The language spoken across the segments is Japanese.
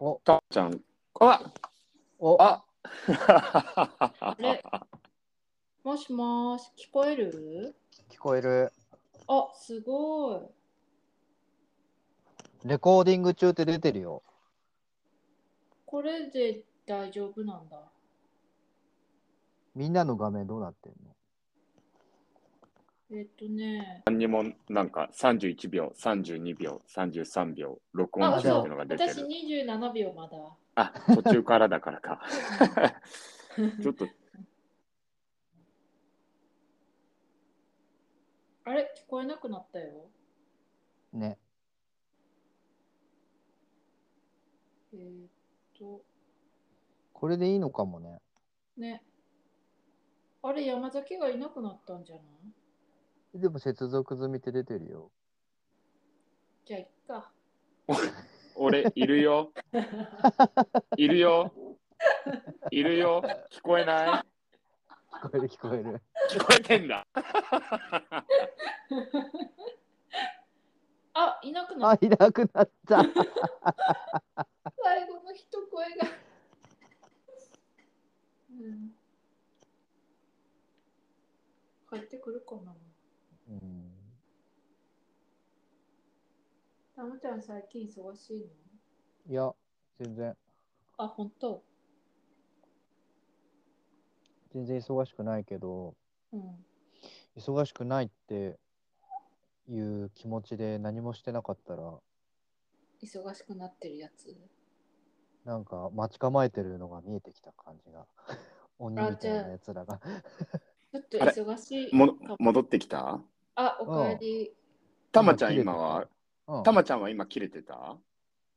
お、たっちゃん。あお、あれもしもし、聞こえる聞こえる。あ、すごい。レコーディング中って出てるよ。これで大丈夫なんだ。みんなの画面どうなってんのえっとね、何にもなんか31秒、32秒、33秒、録あ、音中嘘っていうのが出て私る。 27秒まだ。あ、途中からだから か。ちょっと、あれ、聞こえなくなったよ。ね。えーっと、これでいいのかもね。ね。あれ、山崎がいなくなったんじゃないでも接続済みって出てるよ。じゃあ、いっか。俺、いるよ。いるよ。いるよ。聞こえない聞こえる聞こえる。 聞こえてんだ。あ、いなくな あっ、いなくなった。た。最後の一声が。うん。帰ってくるかな。うん、たムちゃん、最近忙しいのいや、全然、あ、本当。全然忙しくないけど、うん。忙しくないっていう気持ちで何もしてなかったら、忙しくなってるやつ。なんか待ち構えてるのが見えてきた感じが。 鬼みたいなやつらが。ちょっとあれ忙しいかもも。戻ってきたあ、おかえり。たまち ゃん、今は、うんたまちゃんは今切れてた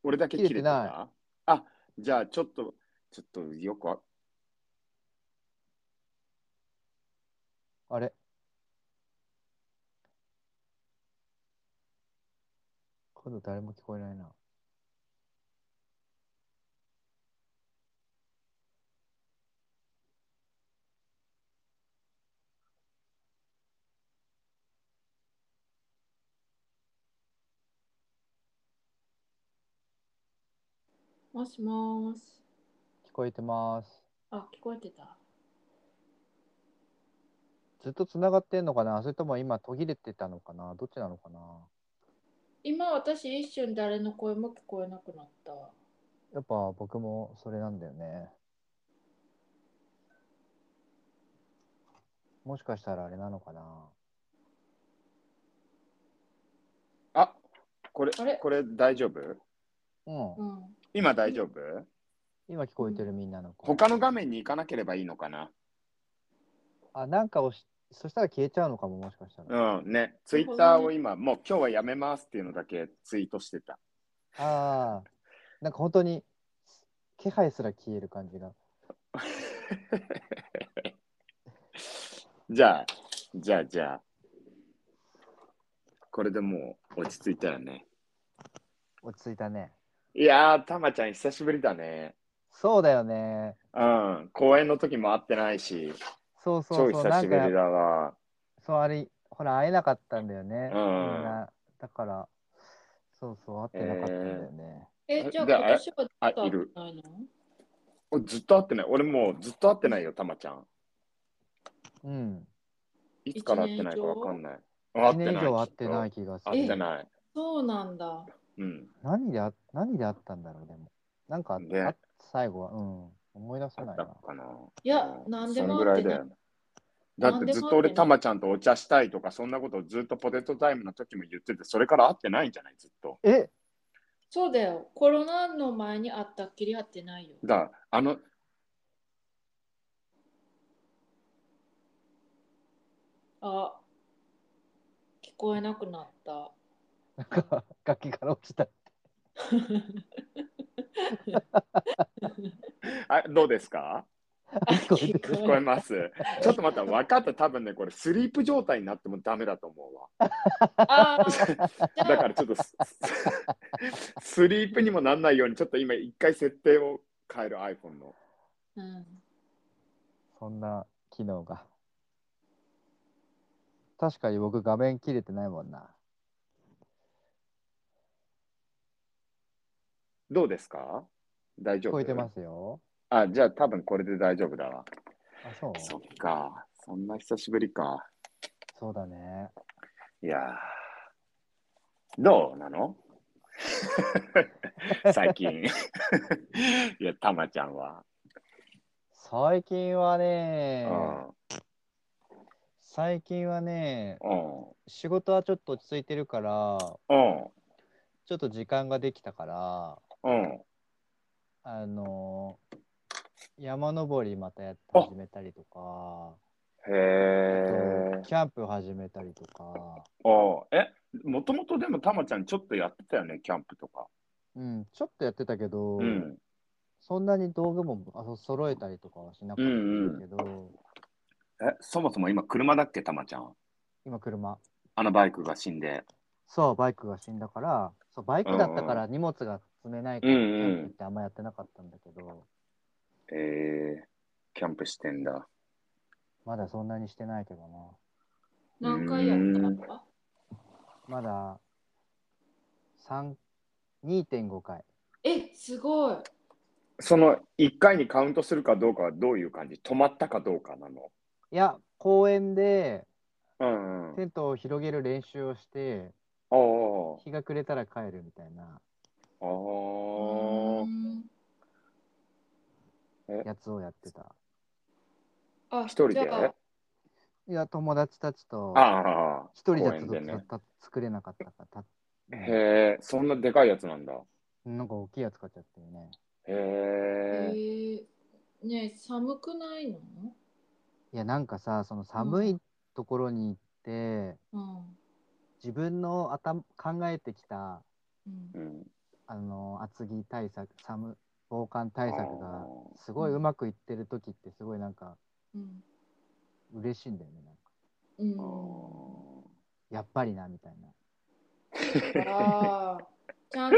俺だけ切れて切れてたなあ、じゃあちょっと、ちょっとよくわあれ今度誰も聞こえないな。もしもーし。聞こえてます。あ、聞こえてた。ずっと繋がってんのかなそれとも今途切れてたのかなどっちなのかな今私一瞬誰の声も聞こえなくなった。やっぱ僕もそれなんだよね。もしかしたらあれなのかなあ、これ、あれこれ大丈夫う。うんん。今大丈夫今聞こえてるみんなの声。他の画面に行かなければいいのかなあ、なんかをし、そしたら消えちゃうのかも、もしかしたら。うんね、ツイッターを今、もう今日はやめますっていうのだけツイートしてた。ああ。なんか本当に、気配すら消える感じが。じゃあ、じゃあ、じゃあ、これでもう落ち着いたよね。落ち着いたね。いやー、たまちゃん久しぶりだね。そうだよね。うん、公演の時も会ってないし、そう超そうそう。久なしんぶりか、だわ。そうあれ、ほら、会えなかったんだよね。うんみんな。だから、そうそう、会ってなかったんだよね。え、じゃあであ今年はあ、どういる。ないのおずっと会ってない。俺もうずっと会ってないよ、たまちゃん。うん。いつから会ってないかわかんない。会。1年以上会ってないい気がす会ってる。ない。そうなんだ。うん。何であ、何で会ったんだろう、でも。なんかあっねあ最後は、うん。思い出あせっないたな。かないやなんでもそんぐらいだ会よっね。だってずっと俺、なんでも会ってないたまちゃんとお茶したいとか、そんなことをずっとポテトタイムの時も言ってて、それから会ってないんじゃないずっと。えそうだよ。コロナの前に会ったっきり会ってないよ。だから、あの、あ、聞こえなくなった。なんか、楽器から落ちた。あどうですかあ聞こえてる 聞こえます。 ちょっと待って、分かった。多分ね、これ、スリープ状態になってもダメだと思うわ。あーじだゃかあらちょっと ス、スリープにもなんないように、ちょっと今、一回設定を変える iPhone の。うん、そんな機能が。確かに僕画面切れてないもんな。どうですか大丈聞夫こえてますよ。あ、じゃあ多分これで大丈夫だわ。あ、そうそっか。そんな久しぶりか。そうだね。いやーどうなの 最近。 いや、たまちゃんは。最近はね、うん。最近はね、うん。仕事はちょっと落ち着いてるから、うん。ちょっと時間ができたから、うん。あのー山登りまたやって始めたりとか、へあえと。キャンプ始めたりとか、ああえ、もともとでもたまちゃんちょっとやってたよね、キャンプとか。うん、ちょっとやってたけど、うん。そんなに道具もあの揃えたりとかはしなかったんだけど、え、そもそも今車だっけ、たまちゃん。今車あのバイクが死んで。そうバイクが死んだからそうバイクだったから荷物が積めないから、うんうんキャンプってあんまやってなかったんだけどえー、キャンプしてんだ。まだそんなにしてないけどな何回やったかまだ3 2.5回え、すごい。その1回にカウントするかどうかはどういう感じ止まったかどうかなの。いや公園でうん、うん。テントを広げる練習をしてああ。日が暮れたら帰るみたいなあうあー。んやつをやってたあ、一人でじゃあいや友達たちとああ。一人じゃちょっ公と、園でねた作れなかったからたへえ、そんなでかいやつなんだ。なんか大きいやつ買っちゃってるねへええ。ーねえ寒くないのいやなんかさその寒いところに行って、うん。自分の頭考えてきたうんうん。あの厚着対策寒防寒対策あがーすごいうまくいってる時ってすごいなんかうん。嬉しいんだよねなんかうんあやっぱりなみたいなああ、ちゃんと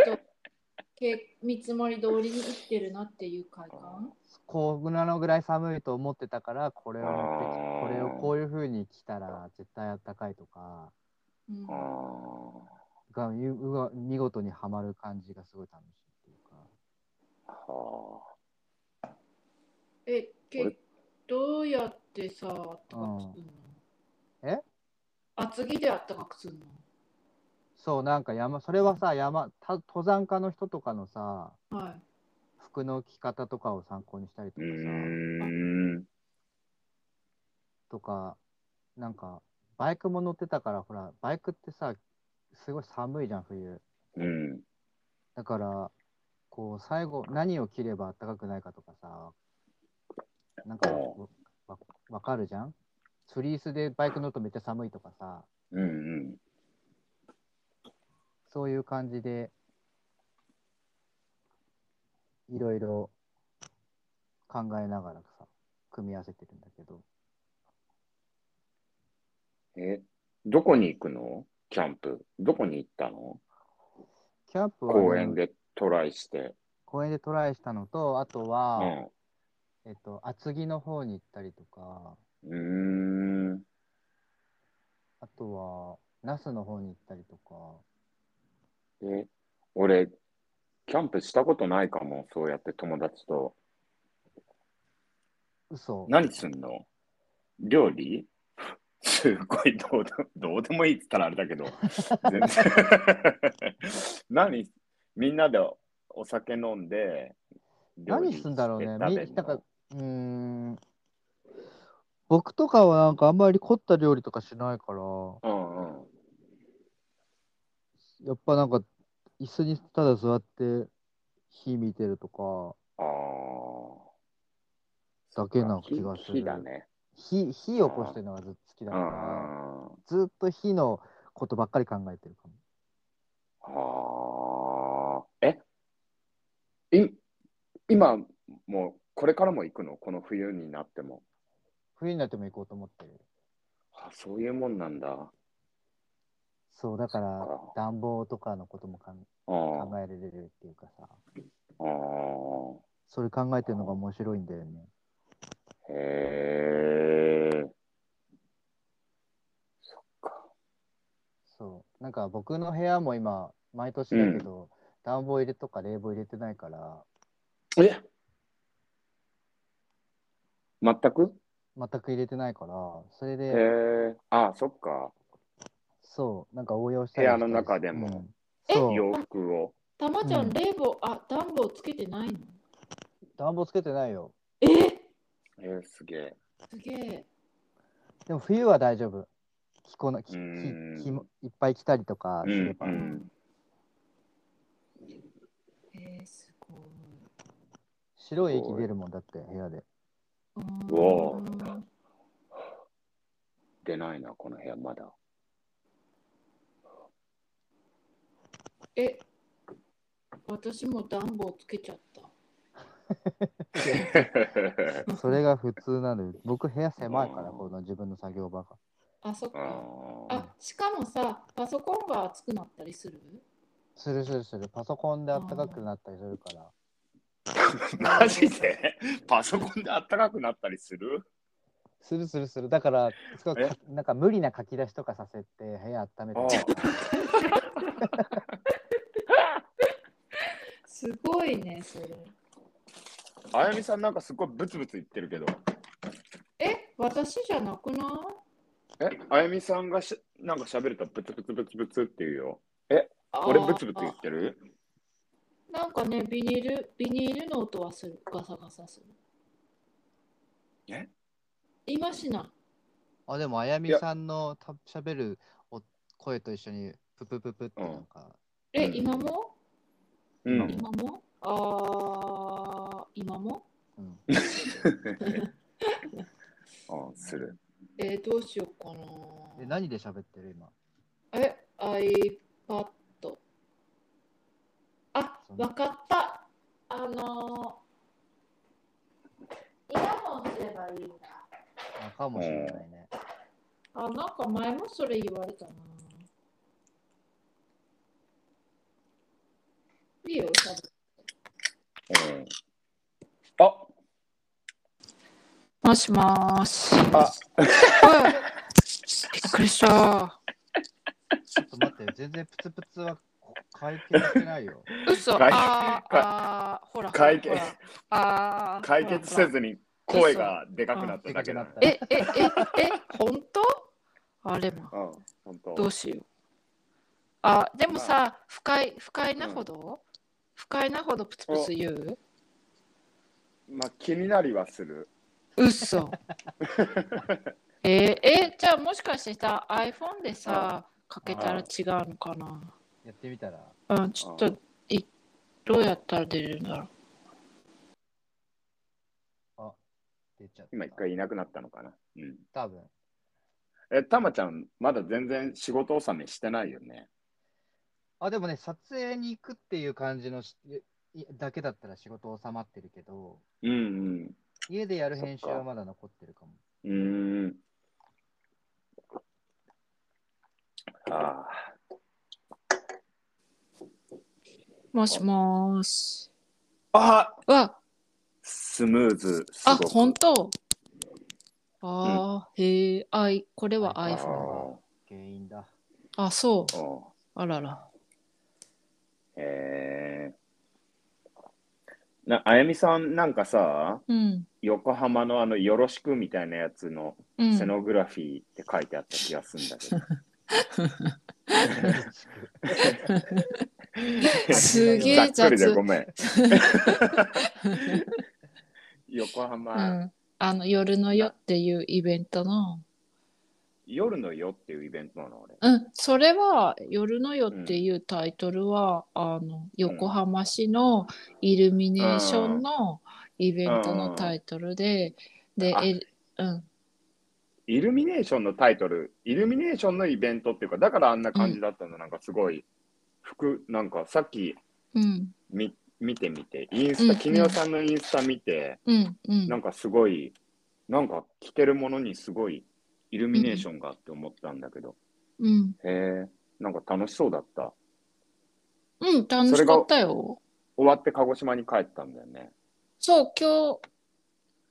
け見積もり通りに生きてるなっていう快感。こうなのぐらい寒いと思ってたからこれを持ってきあーこれをこういう風に着たら絶対あったかいとかうー。んあー。がううわ見事にはまる感じがすごい楽しいっていうかはえ、俺けどうやってさ、あったかくすんのうんえ厚着であったかくすんのそうなんか山それはさ山た登山家の人とかのさはい。服の着方とかを参考にしたりうとかーさ、ん。とかなんかバイクも乗ってたからほらバイクってさすごい寒いじゃん冬うん。だからこう最後何を着ればあったかくないかとかさなんかうんわわかるじゃんフリースでバイク乗るとめっちゃ寒いとかさうんうん。そういう感じでいろいろ考えながらさ組み合わせてるんだけどえ、どこに行くのキャンプ。どこに行ったのキャンプはね、公園でトライして。公園でトライしたのとあとは、うん。えっと、厚木の方に行ったりとか、うーん。あとは、那須の方に行ったりとか、え、俺、キャンプしたことないかも、そうやって友達と。嘘何すんの料理すごいどうで、どうでもいいって言ったらあれだけど、全然 何みんなでお酒飲んで、料理何すんだろうねして食べのみなんかうーん、僕とかはなんかあんまり凝った料理とかしないから、うんうん。やっぱなんか、椅子にただ座って火見てるとかああ。だけな気がする火。だね。火、火起こしてるのがずっとう好きだん。から、あずっと火のことばっかり考えてるかあ。も。えい今、もう、これからも行くのこの冬になっても。冬になっても行こうと思ってる。あそういうもんなんだ。あそう、だからそっか暖房とかのことも考えあ考ー。えられるっていうかさあーそれ考えてるのが面白いんだよねへえ。そっか。そうなんか僕の部屋も今毎年だけど、暖房入れとか冷房入れてないからえ全く全く入れてないから、それえで、ー、ああ、そっか。そう、なんか応用したり部し屋のたり中でもうんえそう、洋服を。たまちゃ、うんん冷房、あ、暖房つけてないの暖房つけてないよ。ええー、すげえ。すげえ。でも冬は大丈夫。着こな、き、きうん、きも、いっぱい着たりとかうすれん、ば。うん。えー、すごい。白い液出るもんだって、部屋で。ううおーん出ないな、この部屋まだ。え、私も暖房つけちゃった。それが普通なのよ。僕部屋狭いから、うんこの自分の作業場が。あ、そっ あか。ーあ、しかもさ、パソコンが熱くなったりするするするする。パソコンで暖かくなったりするから。マジでパソコンであったかくなったりするするするする。だから、すごいえなんか無理な書き出しとかさせて、部屋温めあて。すごいね、それ。ーあやみさんなんかすごいブツブツ言ってるけど。え、私じゃなくないえ、あやみさんがしなんか喋るとブツブツブツブツって言うよ。俺ブツブツ言あってるなんかね、ビニール、ビニールの音はする。ガサガサする。え今しない。あ、でも、あやみいやさんのた喋るお声と一緒に、ププププってなんか、え、うん今もうん。今もあー、今もうん。あする。えーどうしようかえ、な。何で喋ってる今。え、iPad。あ、そんなわかった。あのー、イヤホンすればいいんだ。あかもしれないね。あ、なんか前もそれ言われたな。いいよ、多分うん、あもしもーし。あおいびっくりした。ちょっと待って、全然プツプツはこ解決してないよ。嘘解あー解あー、ほら。解決ほらあー解決せずに声がでかくな っただけだ、ね。嘘え、え、え、え、本当あれも、うん、本ど当う。しよう。あ、でもさ、不快、不快なほど、不快なほどプツプツ言うまあ気になりはする。嘘えーえ、じゃあもしかしてさ、iPhone でさ、かけたら違うのかなやってみたら。うん、ちょっと、いどうやったら出るんだろう。出ちゃった。今一回いなくなったのかな。うん。多分。え、たまちゃん、まだ全然仕事納めしてないよね。あ、でもね、撮影に行くっていう感じのしいだけだったら仕事収まってるけど、うん家でやる編集そっはかまだ残ってるかも。うん。うーん。あもしもーし。あ。あわ、スムーズ。すあ、ごく本当あー、へえ、あい、これはあ iPhone。原因だ。あ、そあ。うーうんあらら。へえ。な、あやみさん、なんかさ、うん。横浜のあの、よろしくみたいなやつのうん、セノグラフィーって書いてあった気がするんだけど。すげえざっくりで雑ごめ ん。横浜、うん。あの、夜の夜っていうイベントの。夜の夜っていうイベントなの、俺。うん。それは、夜の夜っていうタイトルは、あの、横浜市のイルミネーションのイベントのタイトルで、で、あえ、うん。イルミネーションのタイトル、イルミネーションのイベントっていうか、だからあんな感じだったの、なんかすごい、服、なんかさっきうん。み見てみて、インうスんタ、うん絹代さんのインスタ見て、うん。うん。なんかすごい、なんか着てるものにすごいイルミネーションがあって思ったんだけど、うん。へえ、なんか楽しそうだった。うん。楽しかったよ。終わって鹿児島に帰ったんだよね。そう、今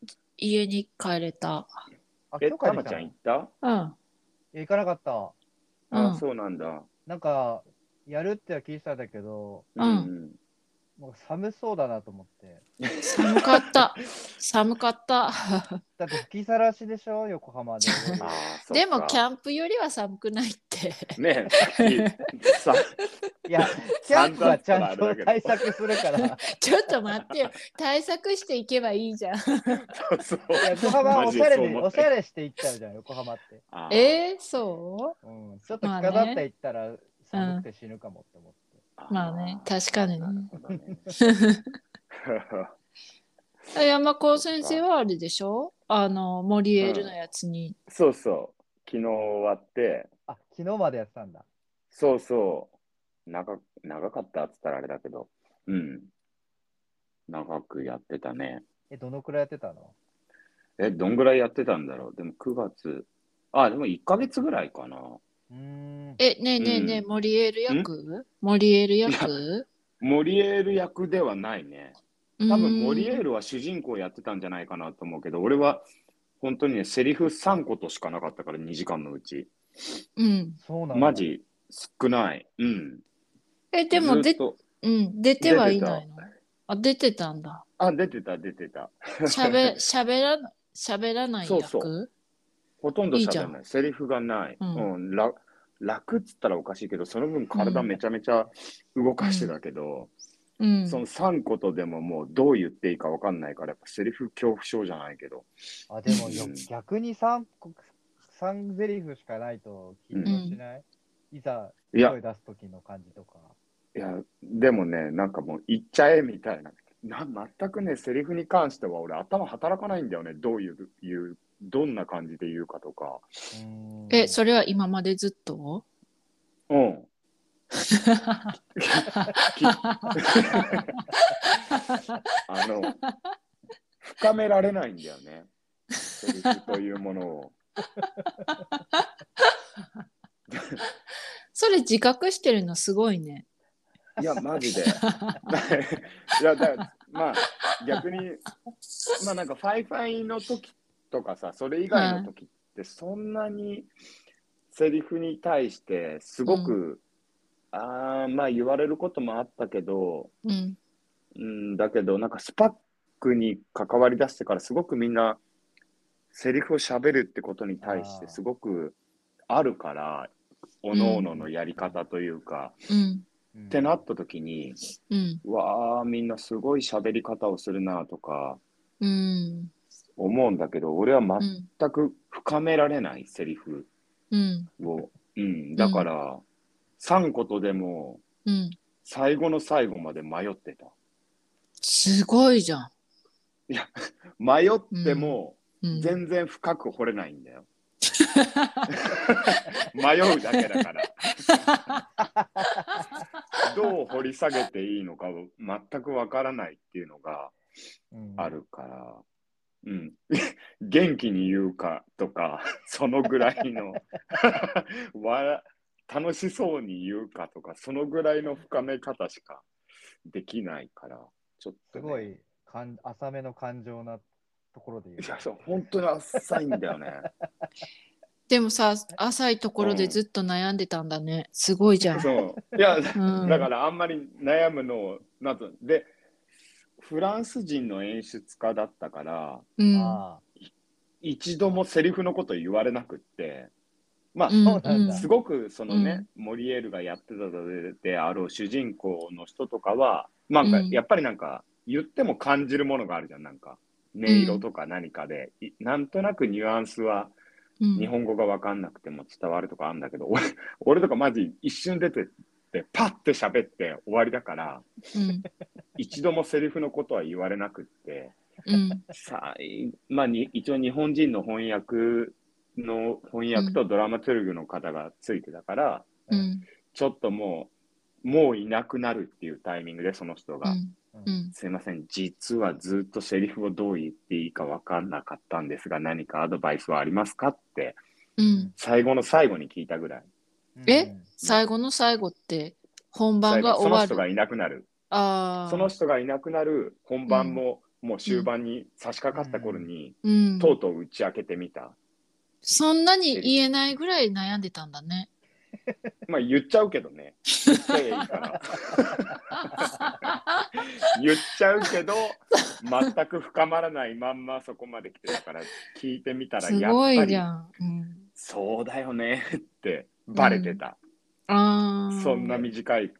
日、家に帰れた。あ、え、今日かたらま来ちたゃん行のっいた、うん。や行かなかった。うあ、ん。そうなんだ。なんか、やるっては聞いてたんだけど、うんうんもう寒そうだなと思って。寒か った。寒かった。だって吹きさらしでしょ、 横 浜で。あーそっかでもキャンプよりは寒くないって。ねえ、さっきさいや、キャンプはちゃんと対策するから。い ちょっと待ってよ。対策していけばい いじゃん。そうそうや横浜はおしゃれマジでそうで、思おっしたゃれして行っちゃうじゃん、横浜って。あーえー、そうん、ちょっと着飾って行ったら寒くて死ぬかもって思って。うまあね、確かになるね。ほどね山高先生はあれでしょあの、モリエールのやつに。そうそう、昨日終わって、あ、昨日までやってたんだ。そうそう、長長かったっつったらあれだけど、うん、長くやってたね。え、どのくらいやってたのえ、どんぐらいやってたんだろうでも9月、あ、でも1ヶ月ぐらいかな。うーん。え、ねえねえねえ、うんモリエール役モリエール役モリエール役ではないね。多分モリエール。ルは主人公やってたんじゃないかなと思うけど、俺は本当にね、セリフ3ことしかなかったから、2時間のうち。うん。そうなんだ。マジ少ない。うん。え、でもずでっ、とうん、出てはいないのあ、出てた んだ。あ、出てた、出てた。しゃべ、しゃべら、しゃべらないそう役そうほとんどいいじゃ喋んないんセリフがない。ううんんら楽っつったらおかしいけど、その分体めちゃめちゃ動かしてたけど、うんそ。の3ことでももうどう言っていいかわかんないから、やっぱセリフ恐怖症じゃないけど。あ、でもようん逆に3、三ゼリフしかないと緊張しない、いざいや声、出す時の感じとか。いや、でもね、なんかもう言っちゃえみたいな。な全くね、セリフに関しては俺頭働かないんだよね。どういう、いうどんな感じで言うかとか。うーんえ、それは今までずっとうん。 あの、深められないんだよね。セリフというものを。それ自覚してるのすごいね。いや、マジで。 いや、だからまあ、逆に、まあなんか、ファイファイの時とかさ、それ以外の時って、そんなにセリフに対して、すごく、ああ、まあ言われることもあったけど、うん。うん、だけど、なんかスパックに関わり出してから、すごくみんな、セリフを喋るってことに対して、すごくあるから、おのおののやり方というか、うん。うんってなった時に、うん。うわあ、みんなすごい喋り方をするなとかうん。思うんだけど、俺はう全ん。く深められない、セリフうん。を。うん、だから、3ことでも、うん。最後の最後まで迷ってた。すごいじゃん。迷っても、うん。全然深く掘れないんだよ。迷うだけだから。 どう掘り下げていいのかを全くわからないっていうのがうんあるから、うん、 元気に言うかとか、そのぐらいの わら、楽しそうに言うかとか、そのぐらいの深め方しかできないから、ちょっとね、すごいかん浅めの感情なところで言う。いや、そう、本当に浅いんだよね。 でもさ、浅いところでずっと悩んでたんだね。すごいじゃん。そう。いや、んだからあんまり悩むのを、なんと、で、フランス人の演出家だったから、うん。あ一度もセリフのこと言われなくって、まあ、うんそうなんだすごくそのね、モリエールがやってたであろう主人公の人とかは、まあなんかうんやっぱりなんか言っても感じるものがあるじゃん、なんか。音色とか何かで、いなんとなくニュアンスはうん日本語が分かんなくても伝わるとかあるんだけど、俺俺とかマジ一瞬出てって、パッて喋って終わりだから、うん。一度もセリフのことは言われなくって、うん。さいまあ、に一応日本人の翻訳の翻訳とドラマトゥルグの方がついてたから、うん。ちょっともう、もういなくなるっていうタイミングで、その人うが、ん。うん。すいません、実はずっとセリフをどう言っていいか分かんなかったんですが、何かアドバイスはありますかって、うん。最後の最後に聞いたぐらい。え最後の最後って、本番が最後その終人わがる。いなくなる。ああ。その人がいなくなる本番も、もう終盤に差し掛かった頃に、うん。とうとう打ち明けてみた。そんなに言えないぐらい悩んでたんだね。 まあ言っちゃうけどね。言っちゃえばいいから 言っちゃうけど、全く深まらないまんまそこまで来てるから、聞いてみたら、すやっごぱいりじ、ゃん。うん、そうだよねってバレてた。ああ。そんな短い。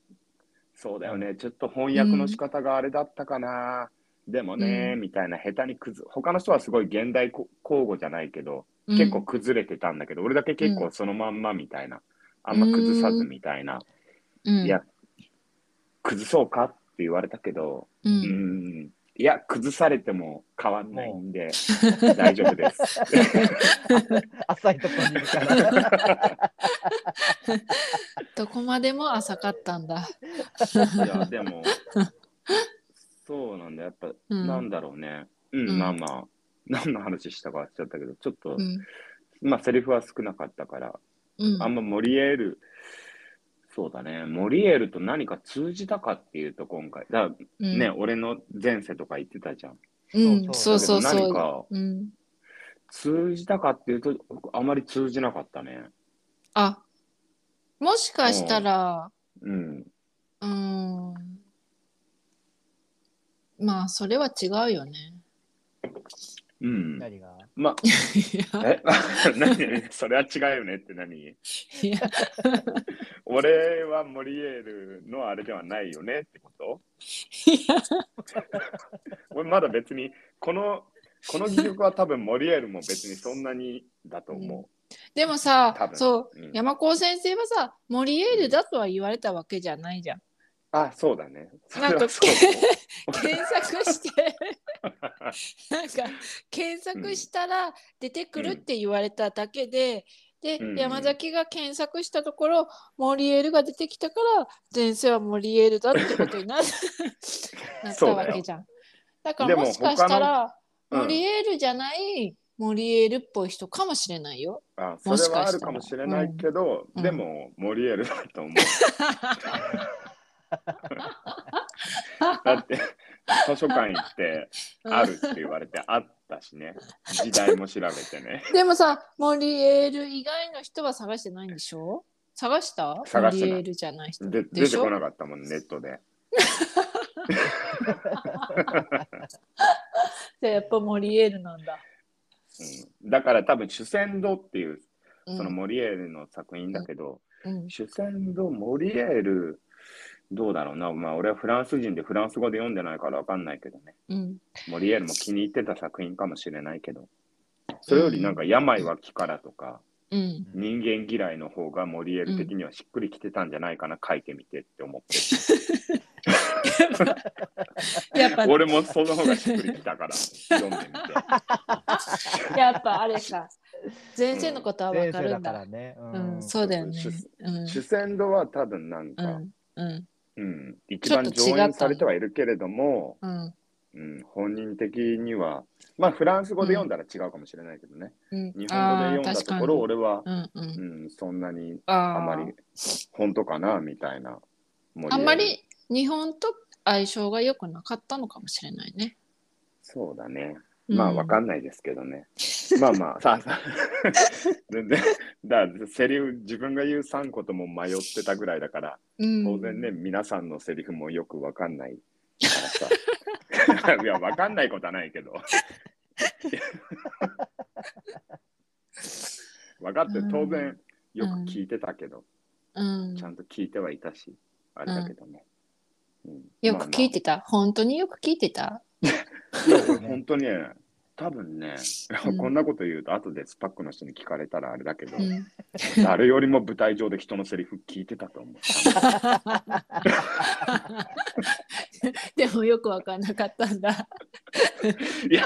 そうだよね。ちょっと翻訳の仕方があれだったかな。でもね、うみたいな下手に崩他の人はすごい現代こ交互じゃないけど、うん結構崩れてたんだけど、俺だけ結構そのまんまみたいな。あんま崩さずみたいな。うん、いや、崩そうかって言われたけど、う、うんん。いや、崩されても変わんないんで、大丈夫 です。浅いとこにいるから。どこまでも浅かったんだ。いや、でも、そうなんだ。やっぱ、うんなんだろうね。うん、うんまあまあ、何の話したか忘れちゃったけど、ちょっと、うん、まあ、セリフは少なかったから、うん、あんまモリエール、そうだね、モリエールと何か通じたかっていうと、今回、だからうんね、、俺の前世とか言ってたじゃん。うん、そうそうだけど何そう。かうん、通じたかっていうと、あまり通じなかったね。あ、もしかしたら、うん。うん、まあそれは違うよね。うん。何がまいあ、やえ 何それは違うよねって何 いや俺はモリエールのあれではないよねってこといや俺まだ別にこのこの戯曲は多分モリエールも別にそんなにだと思でも多さ、分そう。ううん山高先生はさ、モリエールだとは言われたわけじゃないじゃん。あそうだね。それなんはかそうだと思う検索してなんか検索したら出てくるって言われただけで、で、うん山崎が検索したところモリエールが出てきたから前世はモリエールだってこと にななったそうだわよけじゃん。だかでらももしかしたら他のうんモリエールじゃないモリエールっぽい人かもしれないよ。あそもれしかしたらはあるかもしれないけど、うんでもモリエールだと思う。だって図書館行ってあるって言われてあったしね時代も調べてねでもさ、モリエール以外の人は探してないんでしょ探した探してないモリエールじゃない人。でで出してょこなかったもんネットで。じゃあやっぱモリエールなんだ。うん、だから多分主戦度っていううんそのモリエールの作品だけど、うん主戦度モリエールどうだろうな、まあ、俺はフランス人でフランス語で読んでないからわかんないけどねうん、モリエールも気に入ってた作品かもしれないけどそれよりなんか「病は気から」とかうん、 「人間嫌い」の方がモリエール的にはしっくりきてたんじゃないかな、書いてみてって思ってやっぱ俺もその方がしっくりきた から読んでみてやっぱあれか前世のことはわ前か世るだんかだ,、らね。う、うんん。そうだよね主うん主戦度は多分なんか、うんうんうん、一ちょっ番と違った上演されてはいるけれども、うんうん、本人的には、まあ、フランス語で読んだら違うかもしれないけどね、うん日本語で読んだところ、あー確俺は、かにうんううんん、そんなにあああまり本当かなみたいな。あんまり日本と相性が良くなかったのかもしれないねそうだね。まあ、わかない、んないですけどね。まあまあ、さ あ、全然、だからセリフ、自分が言う3個とも迷ってたぐらいだから、うん、当然ね、皆さんのセリフもよくわかんないからさ。い や、わかんないことはないけど。 分かって当然よく聞いてたけど、うんちゃんと聞いてはいたし、あれだけどね。うんよく聞いてた、本当によく聞いてたいや、俺本当にね、多分ね、うんこんなこと言うと、後でスパックの人に聞かれたらあれだけど、うん誰よりも舞台上で人のセリフ聞いてたと思う。でもよくわかんなかったんだいや、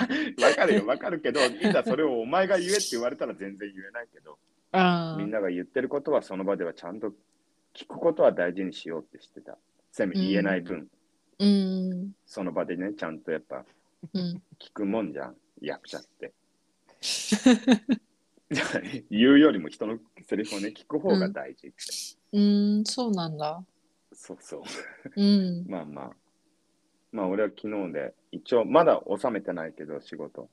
わかるよ、わかるけど、いざそれをお前が言えって言われたら全然言えないけど、あみんなが言ってることはその場ではちゃんと聞くことは大事にしようってしてた。せめうん言えない分、うんその場でね、ちゃんとやっぱうん聞くもんじゃん、役者って。言うよりも人のセリフをね、聞く方が大事って。うんそうなんだそうそう。うんまあまあ。まあ俺は昨日で、一応まだ収めてないけど仕事。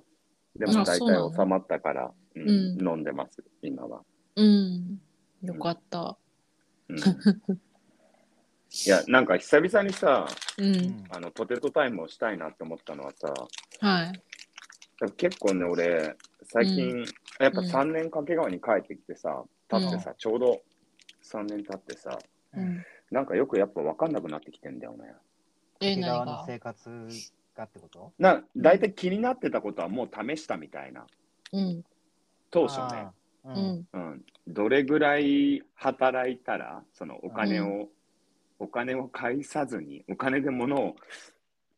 でもあ大体そうなの収まったから、うんうん飲んでます、今は。うんよかった うんいや、なんか久々にさ、うん。あのポテトタイムをしたいなって思ったのはさ、はい。結構ね、俺、最近、うやっぱ3年掛川に帰ってきてさ、経ってさ、ちょうど3年経ってさ、うん。なんかよくやっぱ分かんなくなってきてんだよね。え、何沖縄のが。生活がってことな、大体気になってたことはもう試したみたいな。うん。当初ね、あー。ううんん。うん、どれぐらい働いたら、そのお金を、お金を返さずに、お金で物を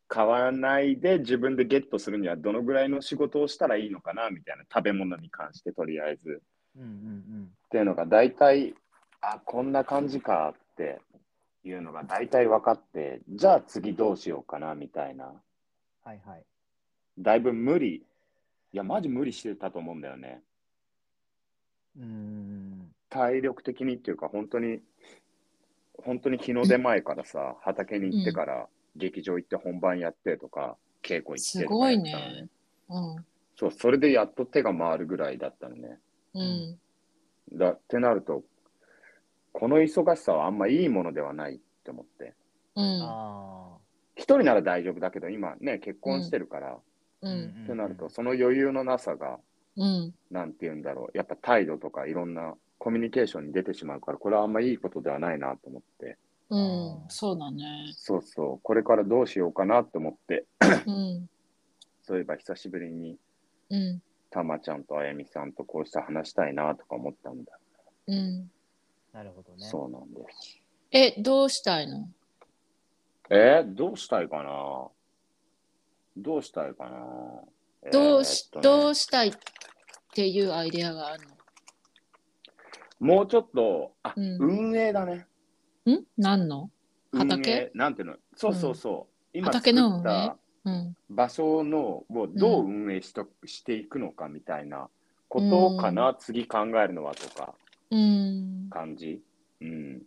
買わないで自分でゲットするにはどのぐらいの仕事をしたらいいのかなみたいな食べ物に関してとりあえず。うんうんっていうのが大体あこんな感じかっていうのが大体分かってじゃあ次どうしようかなみたいなはいはい。だいぶ無理いやマジ無理してたと思うんだよねうん。体力的にっていうか本当に本当に日の出前からさ畑に行ってから劇場行って本番やってとか稽古行ってすとかごやいってたのね。うん。そうそれでやっと手が回るぐらいだったのねうん。だってなるとこの忙しさはあんまいいものではないって思ってうん。あ一人なら大丈夫だけど今ね結婚してるから、あ。うん。ってなるとその余裕のなさがうん。なんて言うんだろうやっぱ態度とかいろんなコミュニケーションに出てしまうからこれはあんまいいことではないなと思ってうん。そうだね。そうそうこれからどうしようかなと思ってうん。そういえば久しぶりにうん。たまちゃんとあやみさんとこうして話したいなとか思ったんだ、うん。なるほどね。そうなんですえ、どうしたいの。えー、どうしたいかなどうしたいかなどうし、えーっとねどうしたい。っていうアイデアがあるの。もうちょっとあ、うん運営だねん、何の。畑運営なんていうのそうそうそう、今作畑っの運営たうん。場所のをどう運営しと、していくのかみたいなことかな、次考えるのはとかうん。感じうん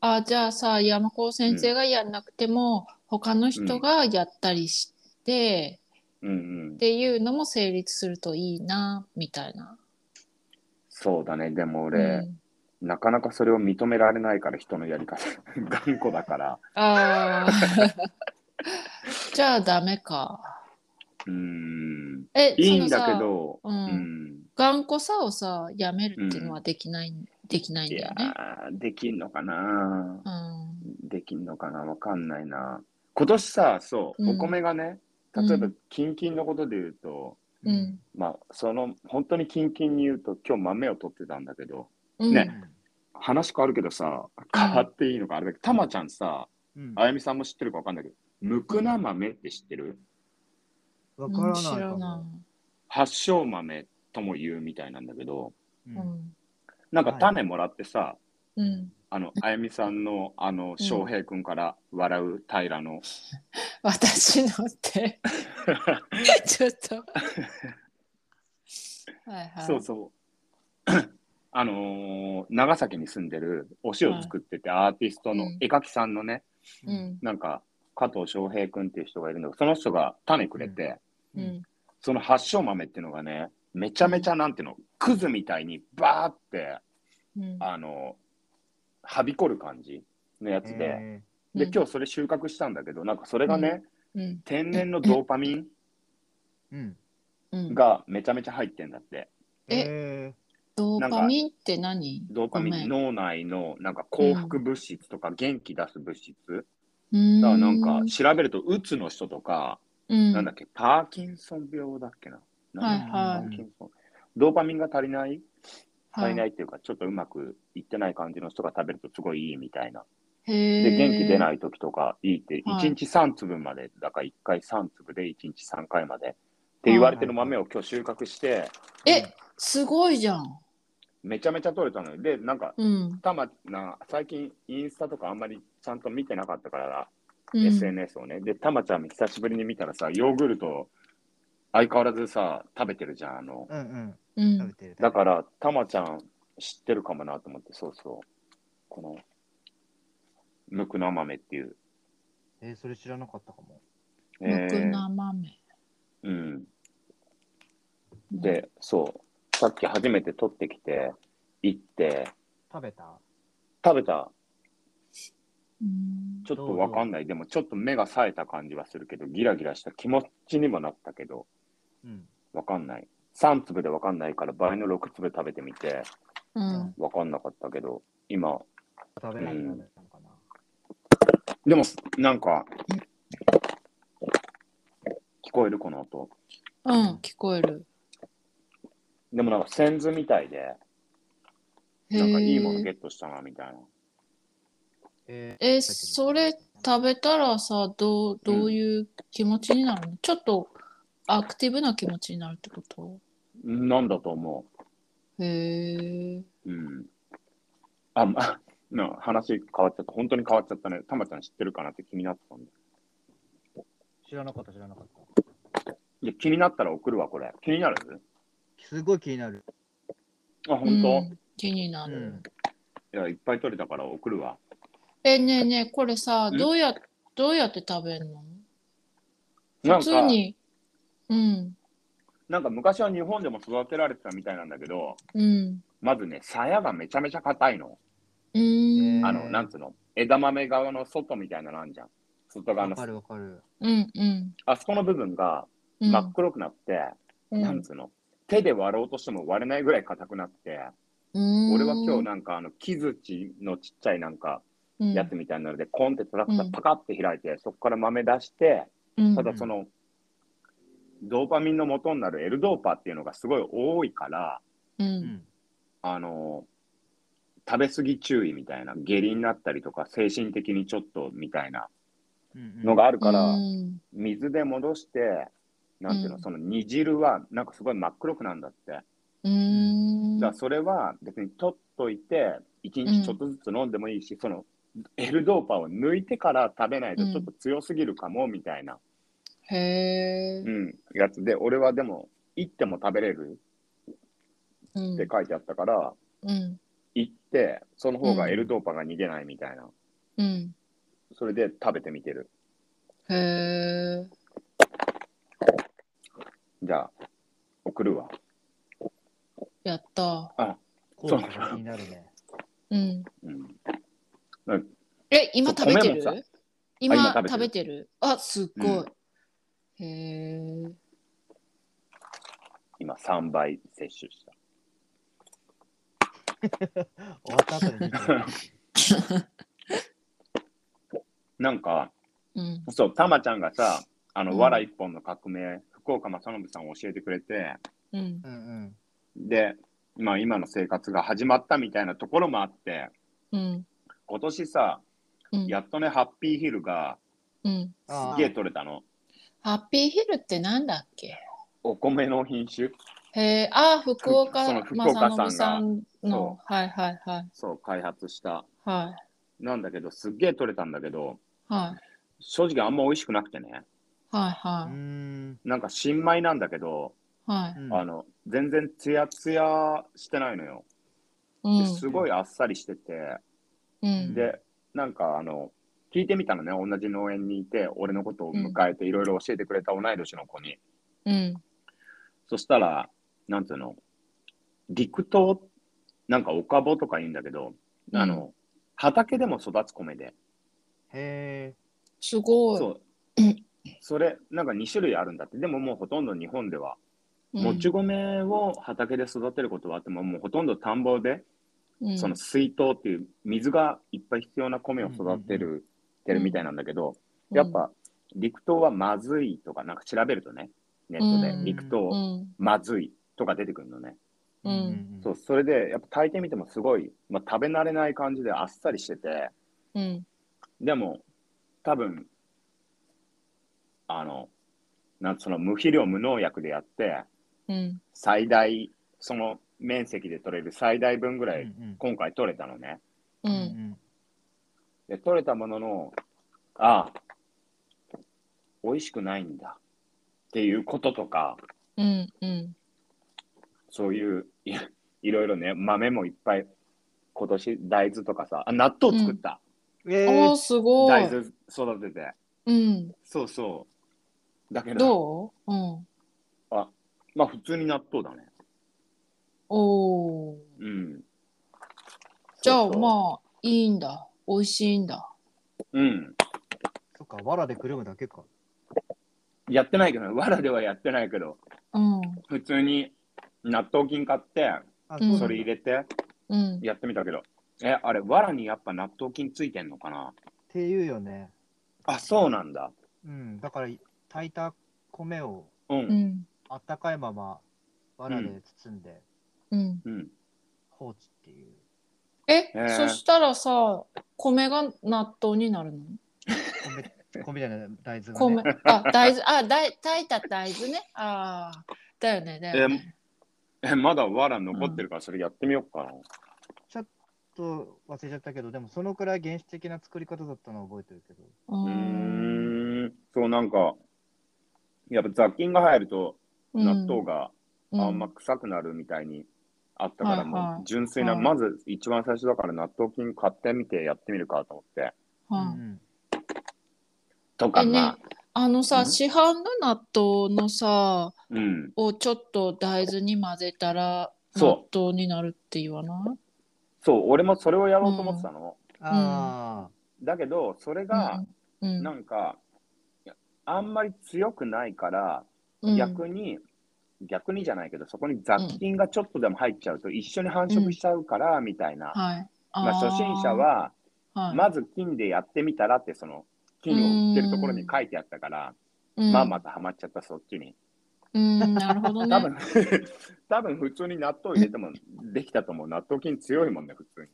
あじゃあさ山高先生がやんなくても、他の人がやったりして、うんうんっていうのも成立するといいなみたいな。そうだねでもう俺、ん、なかなかそれを認められないから人のやり方 頑固だからあー じゃあダメか。うんえいいんそのださけどうんうん頑固さをさやめるっていうのはできない、できないんいだやよね。ーできんのかなうんできんのかなわかんないな今年さそう、うんお米がね例えばうんキンキンのことで言うと、ううんん。まあその本当にキンキンに言うと今日豆を取ってたんだけどうんうねん。話変わるけどさ変わっていいのかあれだけどたまちゃんさうん。あやみさんも知ってるかわかんないけどむくな豆って知ってるわからない知からもな。発祥豆とも言うみたいなんだけどうんい。うんなんかはい種もらってさ、うん、あのあやみさんのあの翔平君から笑う平の、私のって ちょっとはいはいそうそう。あのー長崎に住んでるお塩作ってて、アーティストのうん絵描きさんのね、う。うんんなんか加藤翔平君っていう人がいるんだけどその人が種くれて、ううんんその発祥豆っていうのがねめちゃめちゃなんていうのクズみたいにバーってうんあのはびこる感じのやつで、えで今日それ収穫したんだけどなんかそれがね、うん天然のドーパミーうん。うんンがめちゃめちゃ入ってんだって。ええドーパミンって何ドーパミごめンん脳内のなんか幸福物質とか元気出す物質、うーんだからなんか調べると、うつの人とか、うんなんだっけ、パーキンソン病だっけな。なんだっけはいはいパーキンソンドーパミンが足りない足りなはいっていうか、ちょっとうまくいってない感じの人が食べるとすごいいいみたいな。い、へで、元気出い。ない時とかいいって、はい1日3粒まで、だから1回3粒で1日3回までって言われてる豆を今日収穫して、ーえすごいじゃん。めちゃめちゃ取れたのよ。で、なんか、うん。たまな最近インスタとかあんまりちゃんと見てなかったから、うん SNS をね。で、たまちゃん久しぶりに見たらさ、ヨーグルト相変わらずさ、食べてるじゃん、あの。うんうん。う食べん。てる。だから、たまちゃん知ってるかもなと思って、そうそう。この、むくな豆っていう。えー、それ知らなかったかも。むくえーな豆。うん。で、そう。さっき初めて取ってきて、行って、食べた食べた。うん、ちょっとわかんない。でも、ちょっと目が冴えた感じはするけど、ギラギラした気持ちにもなったけど、うん。わかんない。3粒でわかんないから、倍の6粒食べてみて、うん。わかんなかったけど、今、食べなくなるのかな。でも、なんか、聞こえるこの音。うん、聞こえる。でもなんか、先ズみたいで、へなんかいいものゲーットしたな、みたいな。ええ、それ食べたらさ、どう、どういう気持ちになるの、ちょっとアクティブな気持ちになるってことなんだと思へえ。う。うん。あ、ま、 な話変わっちゃった。本当に変わっちゃったね。たまちゃん知ってるかなって気になってたんだ。知らなかった、知らなかった。いや、気になったら送るわ、これ。気になるすごい気になる。あ、本当、うん気になうる。ん。いや、いっぱい取れたから送るわ。え、ねえねえ、これさ、うんどうや、どうやって食べるのな普ん通か、に。うん。なんか昔は日本でも育てられてたみたいなんだけど、うん。まずね、鞘がめちゃめちゃ硬いの。うーん。あへの、ーなんつうの枝豆側の外みたいなのあんじゃん。外側わのか。るわかる。うんうん。あそこの部分がうん真っ黒くなって、なんつうの手で割ろうとしても割れないぐらい硬くなって、うん、俺は今日なんかあの木槌のちっちゃいなんかうんやつみたいなので、コンってトラクタうーんパカって開いて、そこから豆出して、うんただその、ドーパミンの元になる L ドーパっていうのがすごい多いから、ううんん。あの食べ過ぎ注意みたいな、下痢になったりとか、精神的にちょっとみたいなのが。があるから、うん水で戻して、なんていうの、うんその煮汁はなんかすごい真っ黒くなんだって。うーんだからそれは別に取っといて、1日ちょっとずつ飲んでもいいし、そのエルドーパーを抜いてから食べないとちょっと強すぎるかもみたいな、へうえ、んやつで、俺はでも、行っても食べれるうんって書いてあったから、うん行って、その方がエルドーパーが逃げないみたいな、うんそれで食べてみてる。へえじゃあ、送るわ。やった、効果が気になるね。うん、うん、え今食べて米もるあ今今食べてる食べてるあすっごい、へえ今、3倍摂取した。終わった後に見て。なんか、うんそう、たまちゃんがさ、あうの、んわら一本の革命、福岡正信さんを教えてくれて、うんうんうん。で、まあ、今の生活が始まったみたいなところもあってうん今年さうんやっとねハッピーヒルがうんあすげえ取れたのハッピーヒルってなんだっけお米の品種へえあ福ふ岡その福岡さんが正信さんのそはいはいはいそう開発したはなんだけどすっげえ取れたんだけどいはい正直あんま美味しくなくてねはいうーはいん。なんか新米なんだけど、はいうんあの全然ツヤツヤしてないのようでんすごいあっさりしてて、うんでなんかあの聞いてみたのね同じ農園にいて俺のことを迎えていろいろ教えてくれた同い年の子に、うんそしたら、なんていうの、陸東、なんか岡ぼとか言うんだけど、うんあの、畑でも育つ米で、へえ。すごいそううん。それ、なんか2種類あるんだって。でももうほとんど日本では、うんもち米を畑で育てることはあっても、もうほとんど田んぼで、うんその水筒っていう水がいっぱい必要な米を育てる、てるみたいなんだけど、やっぱ陸東はまずいとか、なんか調べるとね、ネットで、うん陸う東んまずいとか出てくるのね。うんそうう、それで、やっぱ炊いてみてもすごい、まあ、食べ慣れない感じであっさりしてて、うんでも、多分、あの、なんその無肥料無農薬でやって、うん最大、その面積で取れる最大分ぐらい、ん今回取れたのね。ううんん。で、取れたものの、ああ、美味しくないんだ。っていうこととか、うんうんそういう、いいろいろね、豆もいっぱい、今年大豆とかさ、あ、納豆作った。えおーーすごい大豆育てて。うんそうそう。だけど、どううんまあ普通に納豆だね。おーうん。じゃあそうそうまあいいんだ美味しいんだうん。そっか、藁でくるむだけか。やってないけどね、わらではやってないけど、うん普通に納豆菌買って、あうんそれ入れてうんやってみたけど、え、あれ、わらにやっぱ納豆菌ついてんのかなっていうよね。あ、そうなんだ。うん、だから炊いた米をう、うんんあったかいまま藁で包んでうんうん。放置っていう。え、えそしたらさ米が納豆になるの米、米じゃない、大豆が、ね。米あ大豆あ大炊いた大豆ねああだよねだよねえ、まだわら残ってるから、それやってみようかな。ちょっと忘れちゃったけど、でもそのくらい原始的な作り方だったのは覚えてるけど。ううーんん、そう、なんか、やっぱ雑菌が入ると、うん納豆があんまう臭くなるみたいにあったから、はいはいもう純粋な、はいまず一番最初だから納豆菌買ってみてやってみるかと思って。うはいんとかえねが、あのうさん市販の納豆のさうん、をちょっと大豆に混ぜたら納そ豆になるって言わないそう、俺もそれをやろうと思ってたの。ああ、だけど、それが、うんなんか、いやあんまり強くないから、うん逆に、逆にじゃないけど、そこに雑菌がちょっとでも入っちゃうと、一緒に繁殖しちゃうから、みたいな。はいまあ、初心者、は、あーはいまず菌でやってみたらって、その、菌を売ってるところに書いてあったから、うんまあまたハマっちゃった、そっちに。うん、なるほど 多ね分、多分普通に納豆入れてもできたと思う。納豆菌強いもんね、普通に。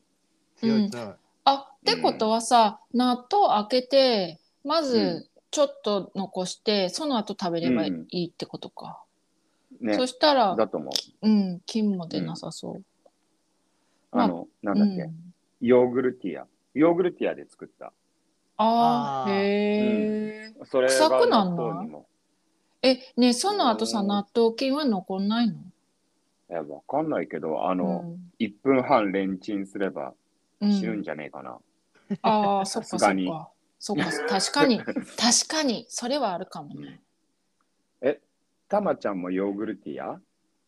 強ういん強い。あってことはさ、納豆開けてまずちょっと残して、その後食べればいいってことか、ねそ、したらだと思う。うん菌も出なさそう、まああの、なんうだっけ、んヨーグルティア。ヨーグルティアで作った。ああーーへーそれが臭くなんない納豆にも。えねえその後さうん納豆菌は残んないのえ、わかんないけど、あうの、ん1分半レンチンすればうん死ぬんじゃねえかな。ああ、そっかそさっすがにか。そっか、確かに、確かに、それはあるかもうねん。え、たまちゃんもヨーグルティア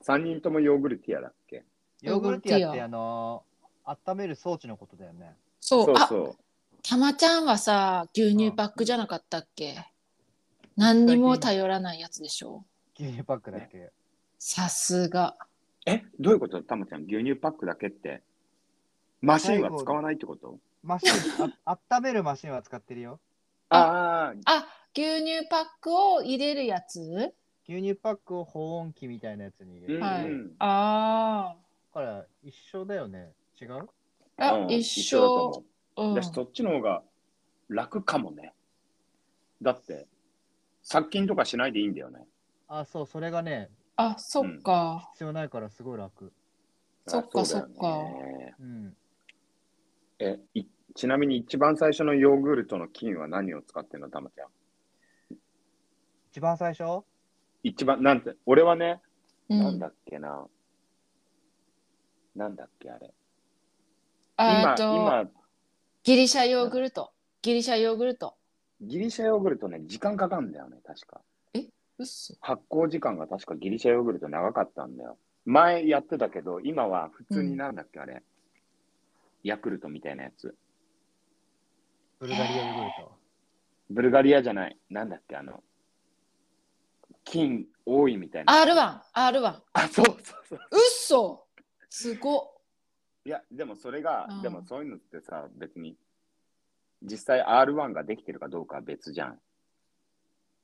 ?3 人ともヨーグルティアだっけヨーグルテヨーグルティィアアって、あのー温める装置のことだよね。そう、そうあ、そたまちゃんはさ、牛乳パックじゃなかったっけ。何にも頼らないやつでしょ牛乳パックだっけ。さすが。う。え、どういうことたまちゃん、牛乳パックだけって。マシンは使わないってことマシン、あ 温めるマシンは使ってるよ。あああ、牛乳パックを入れるやつ。牛乳パックを保温器みたいなやつに入ー、れうる。ん、だはいうんあから一緒だよね。違うあ。あ、うん一だと思緒。うんう。だし、そっちの方が楽かもね。だって、殺菌とかしないでいいんだよね。あ、そう、それがね、あ、そっか。必要ないからすごい楽。そっかあうだよねうん。えいちなみに一番最初のヨーグルトの菌は何を使ってるの、たまちゃん。一番最初一番、なんて、俺はね、うなんんだ。っけな。なんだっけ、あれ。あ今、と、今、ギリシャヨーグルト。ギリシャヨーグルト。ギリシャヨーグルトね、時間かかるんだよね、確か。うっす。発酵時間が確かギリシャヨーグルト長かったんだよ。前やってたけど、今は普通になんだっけ、あれ。ヤクルトみたいなやつ。ブルガリアヨーグルト。ブルガリアじゃない。なんだっけ、あの、菌多いみたいな。 R1、R1。 あ、そうそうそう。うっそすごいや、でもそれが、うんでもそういうのってさ、別に、実際 R1 ができてるかどうかは別じゃん。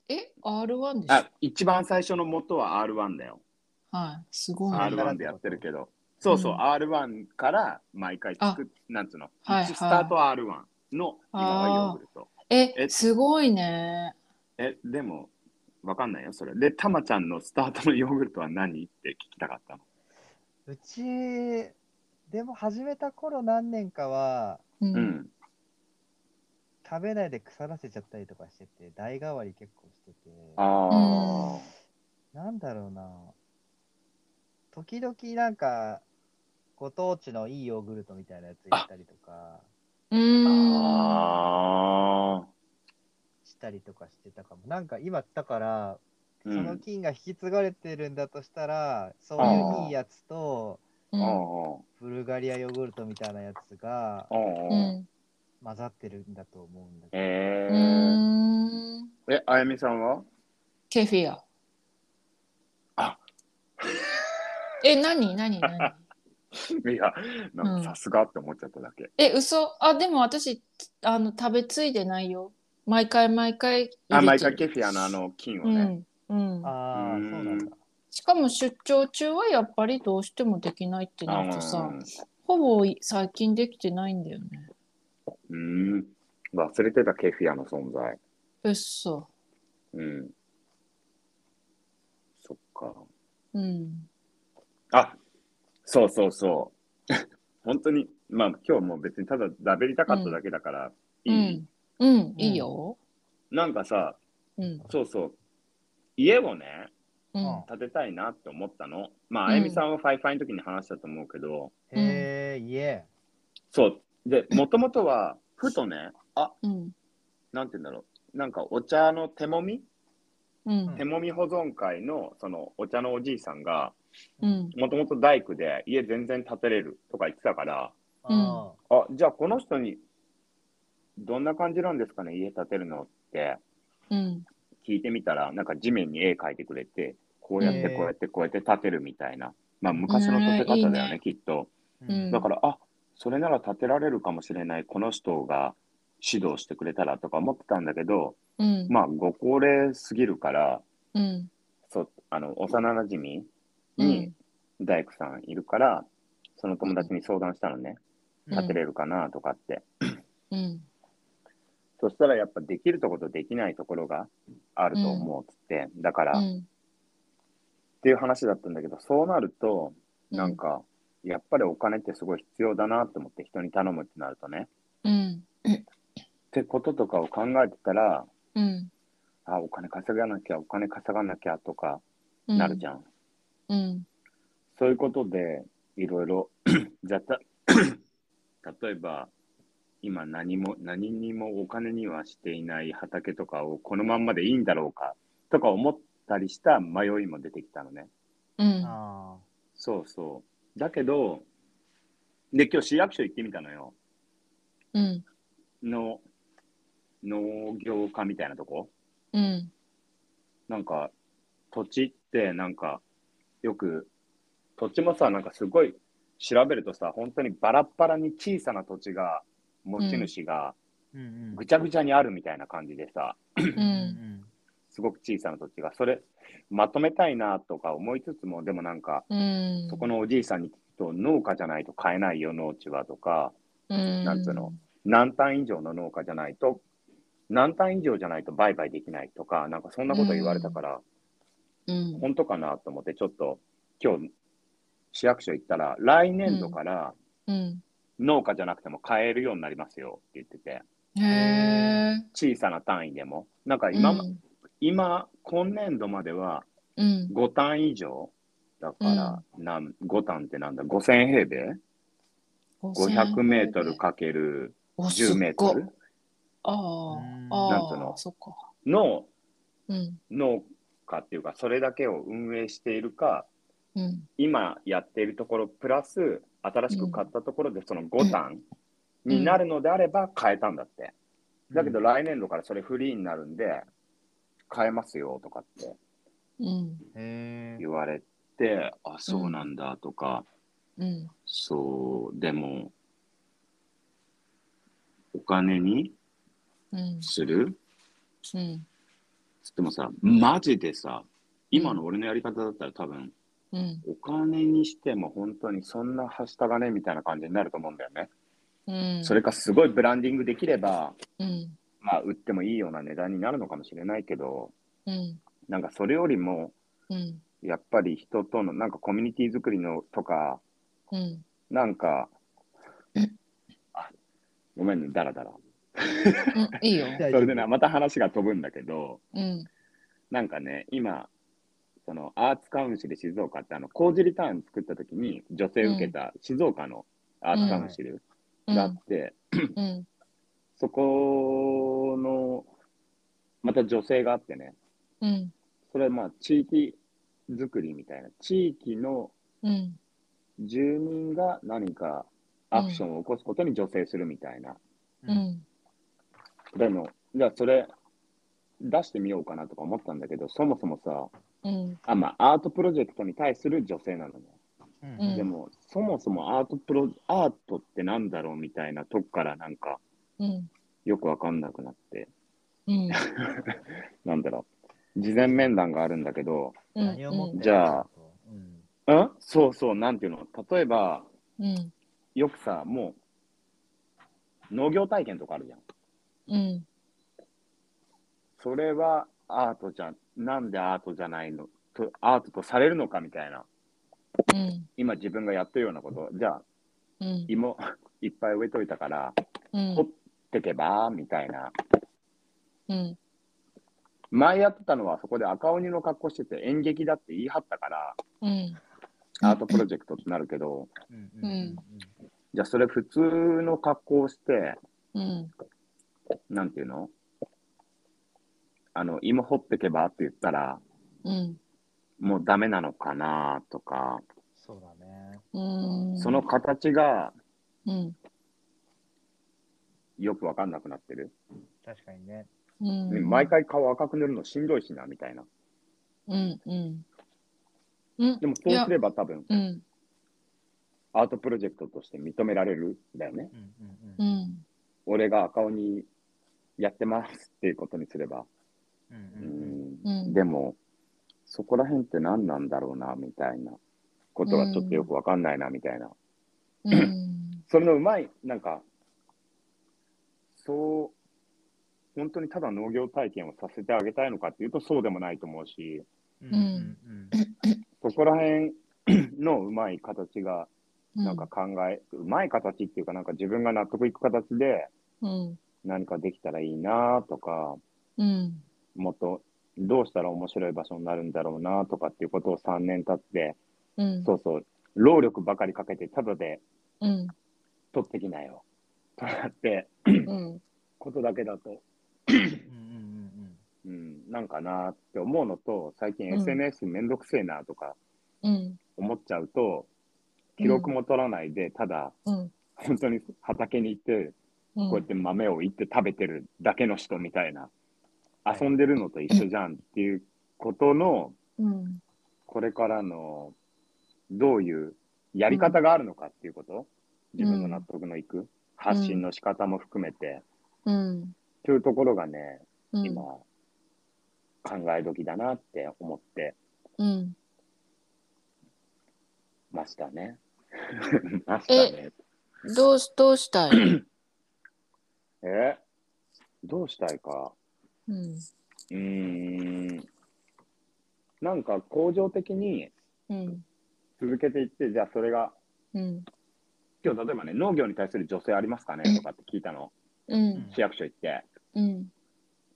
え ?R1 でしょあ、一番最初の元は R1 だよ。はい、すごいね。 R1 でやってるけど。そうそう、うん R1 から毎回作っ、なんつうの、はい一スタートは R1 の今はヨーグルト。え、えすごいね。え、でも、わかんないよ、それ。で、たまちゃんのスタートのヨーグルトは何って聞きたかったの。うち、でも始めた頃何年かは、うん。うん。食べないで腐らせちゃったりとかしてて、代替わり結構してて、あなんだろうな、時々なんか、ご当地のいいヨーグルトみたいなやつ入れたりとか、あ。うーん。ああ。したりとかしてたかも。なんか今、だから、うそんの菌が引き継がれてるんだとしたら、そういういいやつと、うあんあ。ブルガリアヨーグルトみたいなやつがああ。うん混ざってるんだと思うんだけど、えうー、ーん。え、あやみさんはケフィア。あ え、何何何いや、なんかさすがって思っちゃっただけ。え、嘘あ、でも私、あの、食べついてないよ。毎回毎回あ、入れ毎てる回ケフィアのあの金をうね。ん。うん、ああ、うそんうなんだ。しかも出張中はやっぱりどうしてもできないってなるとさ、ほぼ最近できてないんだよね。うん、うん忘れてたケフィアの存在。うっそ。うん。そっか。うん。あ、そうそう そう。本当に、まあ今日も別にただダベりたかっただけだから、ういい、ん。うん、いいよ。なんかさ、うん。そうそう。家をね、ううんん。建てたいなって思ったの。まあ、うんあゆみさんはファイファイの時に話したと思うけど、うんへえ、いえ。そう。で、もともと は、ふとね、あ、うん。なんて言うんだろう。なんかお茶の手もみうん。手もみ保存会の、そのお茶のおじいさんが、うん。もともと大工で家全然建てれるとか言ってたから、ああ、じゃあこの人に、どんな感じなんですかね、家建てるのってうん。聞いてみたら、なんか地面に絵描いてくれて、こうやっへてーこうやってこうやって建てるみたいな。まあ昔の建てうんいい方だよねね、きっと。ーうんだから、あそれなら建てられるかもしれない、この人が指導してくれたらとか思ってたんだけど、うん。まあ、ご高齢すぎるから、うん。そうあの幼なじみうにん。大工さんいるから、その友達に相談したのね、うん建てれるかなとかって。うん。そしたら、やっぱできるところとできないところがあると思うっつって、だから、うっん。ていう話だったんだけど、そうなると、なんか、やっぱりお金ってすごい必要だなと思って人に頼むってなるとね。うん。ってこととかを考えてたら、うん。あ、お金稼がなきゃ、お金稼がなきゃとかうん。なるじゃん。うん。そういうことで、いろいろ、 じゃた、例えば、今何も、何にもお金にはしていない畑とかをこのまんまでいいんだろうかとか思ったりした迷いも出てきたのね。うん。あそうそう。だけど、で、今日市役所行ってみたのよ。うん。の、農業家みたいなとこ。うん。なんか土地ってなんかよく土地もさなんかすごい調べるとさ本当にバラッバラに小さな土地が持ち主がーうんうんぐちゃぐちゃにあるみたいな感じでさ、うんすごく小さな土地がそれまとめたいなとか思いつつもでもなんかうん。そこのおじいさんに聞くと農家じゃないと買えないよ農地はとかうん。なんつうの。何単以上の農家じゃないと何単以上じゃないと売買できないとかなんかそんなこと言われたから、うん。本当かなと思って、ちょっと今日、市役所行ったら、来年度からうん。農家じゃなくても買えるようになりますよって言ってて、へえ。小さな単位でも。なんか今、うん。今、今年度まではうん。 5単以上だから、なん5単ってなんだ、5000平米 ?500 メートルかけるおすっ10ごメートルあうんあ。ああ。なんつうのそっか。のうん。農家っていうか、それだけを運営しているか、うん。今やっているところプラス新しく買ったところでその5単になるのであれば変えたんだって、だけど、来年度からそれフリーになるんで変えますよとかってうん。へえ言われて、あそうなんだとか、うん。そうでもお金にうん。するうん。つってもさマジでさ今の俺のやり方だったら多分うん。お金にしても本当にそんなはしたがねみたいな感じになると思うんだよねうん。それかすごいブランディングできれば、うん。まあ、売ってもいいような値段になるのかもしれないけど、うん。なんかそれよりも、うん。やっぱり人との、なんかコミュニティ作りのとか、うん。なんかうん、あごめんね、だらだら。うん。いいよ。それでな、また話が飛ぶんだけど、うん。なんかね、今、そのアーツカウンシル静岡って、あの、工事リターン作った時に、女性受けた静岡のアーツカウンシルうがあんって、うん。そこの、また女性があってね、うん。それはまあ地域作りみたいな、地域のうん。住民が何かアクションを起こすことに助成するみたいなう。ん。でも、じゃあそれ出してみようかなとか思ったんだけど、そもそもさ、うん。あ、まあ、アートプロジェクトに対する女性なのね。うんうんでも、そもそもアートプロ、アートってなんだろうみたいなとこからなんか、うん。よくわかんなくなって、うん。なんだろう。事前面談があるんだけど、うん。何をもってじゃあうんうんそうそう、なんていうの例えば、うん。よくさ、もう、農業体験とかあるじゃん。うん。それはアートじゃん、なんでアートじゃないのとアートとされるのかみたいな。うん。今自分がやってるようなこと、じゃあ、うん。芋 いっぱい植えといたから、うん。掘ってけば、みたいな。うん。前やってたのはそこで赤鬼の格好してて演劇だって言い張ったから、うん。アートプロジェクトってなるけど、うんうんうんじゃあそれ普通の格好をして、うん。なんていうのあの、芋掘ってけばって言ったら、うん。もうダメなのかなとか、そうだね。うん。その形がうん。よくわかんなくなってる。確かにね。うん。ね毎。回顔赤く塗るのしんどいしなみたいな。うん。うん。うんで。もそうすれば多分うん。アートプロジェクトとして認められるんだよね。うんうんううんん。俺が赤鬼やってますっていうことにすれば。ううんんうんでもそこら辺って何なんだろうなみたいなことはちょっとよくわかんないなみたいな。うん。それのうまい、なんかそう。本当にただ農業体験をさせてあげたいのかっていうとそうでもないと思うし、うんうんうんうんそこら辺のうまい形がなんか。考え、うまい形っていうか、なんか自分が納得いく形でうん。何かできたらいいなとか、うん。もっとどうしたら面白い場所になるんだろうなとかっていうことを3年経って、うん。そうそう、労力ばかりかけて、ただでうん。取ってきなよ。とかってうん。ことだけだと、うんうん、なんかなって思うのと、最近うん SNS めんどくせえなとかうん。思っちゃうと、記録も取らないで、ただ、うん。本当に畑に行って、うこうやっん。て豆をいって食べてるだけの人みたいな、はい遊んでるのと一緒じゃんっていうことの、うん。これからの、どういうやり方があるのかっていうこと、ん自分の納得のいく、発信の仕方も含めて、うん。というところがね、うん今、。考え時だなって思ってうん。ましたね。 ましたね。どうし、どうしたい。えどうしたいか。うん。うーん。なんか、恒常的に、うん。続けていって、じゃあそれが、うん。今日例えばね、農業に対する女性ありますかねとかって聞いたの、うん。市役所行って。うん。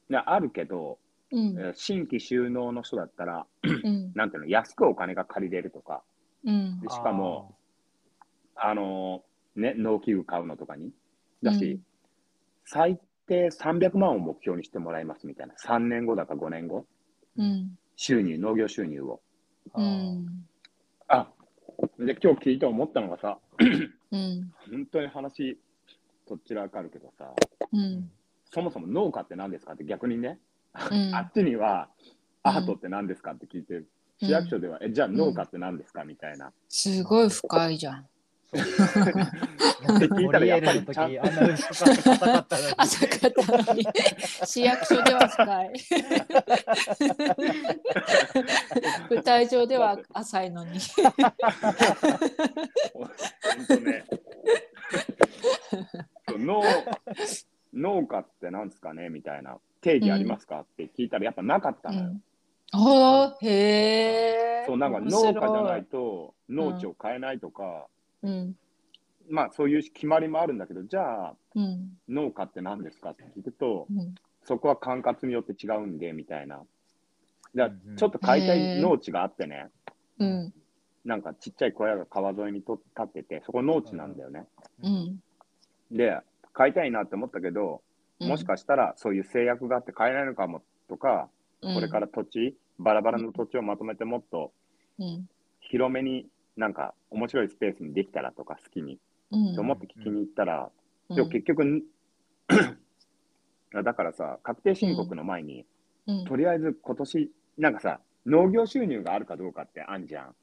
であるけど、うん。えー新規収納の人だったら、うん。なんていうの、安くお金が借りれるとか、うんで。しかも、あのーね、農機具買うのとかに。だし、最低300万を目標にしてもらいますみたいな、3年後だか5年後、うん。収入、農業収入を。あー、あで、今日聞いて思ったのがさ、うん。本当に話、とっちらかるけどさ、うあーん。そもそも農家って何ですかって逆にね、うんあっちにはアートって何ですかって聞いて、市役所では、え、じゃあ農家って何ですかみたいな。すごい深いじゃん。そうって聞いたらやっぱりちゃん森エールの時あんな薄かったのに朝方なのに市役所では深い舞台上では浅いのにほんと ね。そう農農家って何ですかねみたいな。定義ありますか、って聞いたらやっぱなかったのよ。あーへえそう、なんか農家じゃないと農地を買えないとか、うんまあそういう決まりもあるんだけど、じゃあうん農家って何ですかって聞くと、うんそこは管轄によって違うんで、みたいな。だかうんうらんちょっと買いたい農地があってね、うんなんかちっちゃい小屋が川沿いにと立ってて、そこ農地なんだよね。うんで、買いたいなって思ったけど、うんもしかしたらそういう制約があって買えないのかもとか、これから土地、バラバラの土地をまとめてもっとうん広めに、なんか面白いスペースにできたらとか好きに、うんと思って聞きに行ったら、うんでも結局、 あだからさ、確定申告の前に、うんとりあえず今年、なんかさ、農業収入があるかどうかってあんじゃん、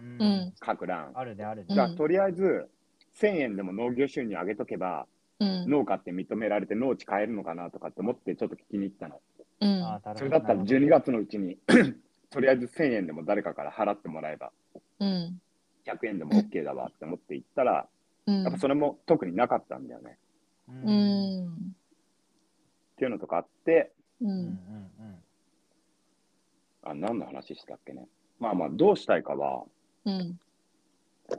うんうん各欄。あるであるだでか。らうんとりあえず、1000円でも農業収入上げとけば、うん農家って認められて農地買えるのかなとかって思ってちょっと聞きに行ったの。うんあーなるほどそれだったら12月のうちに、 とりあえず1000円でも誰かから払ってもらえば、うん100円でも OK だわって思って行ったら、うんやっぱそれも特になかったんだよね。ううんんっていうのとかあって、ううんうんんあ何の話したっけね。まあまあ、どうしたいかは、うんど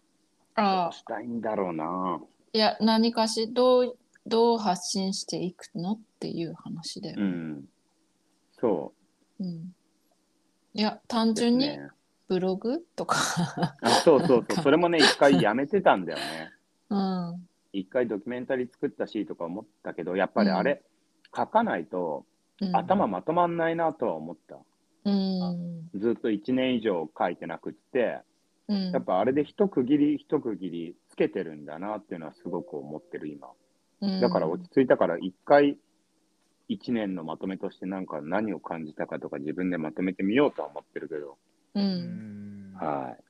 あうしたいんだろうな。いや何かしどうどう発信していくのっていう話だうよ。ん。そうん、いや単うです純にね。ブログとか、 あそうそうそう。それもね、一回やめてたんだよね。うん一回ドキュメンタリー作ったしとか思ったけど、やっぱりあれ、書かないとうん、頭まとまんないなとは思った。うんずっと1年以上書いてなくって、うんやっぱあれで一区切り一区切りつけてるんだなっていうのはすごく思ってる今。だから落ち着いたから一回一年のまとめとしてなんか何を感じたかとか自分でまとめてみようとは思ってるけど。ううんんはい。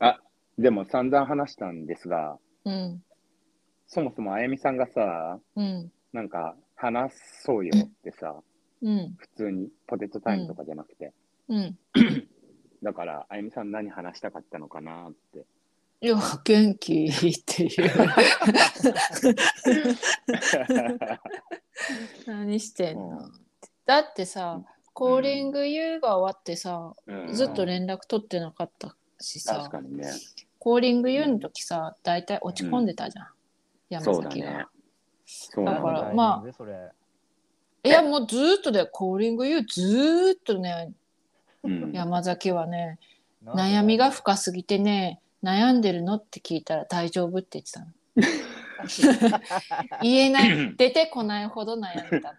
あ、でも散々話したんですが、うんそもそもあやみさんがさ、うんなんか話そうよってさ、うん普通にポテトタイムとかじゃなくて、うんだからあやみさん何話したかったのかなって。いや元気っ ていう何してんの、うだってさコーリング優が終わってさ、うんずっと連絡取ってなかったしさ、確かにね。コーリングユーの時さ、大体落ち込んでたじゃん。山そうだ崎が。ね。そうだなんだ。からまあ、それいや、もうずーっとだよ、コーリングユーずーっとね、うん山崎はね、なんで悩みが深すぎてね、悩んでるのって聞いたら大丈夫って言っ てたの。言えない、出てこないほど悩んでた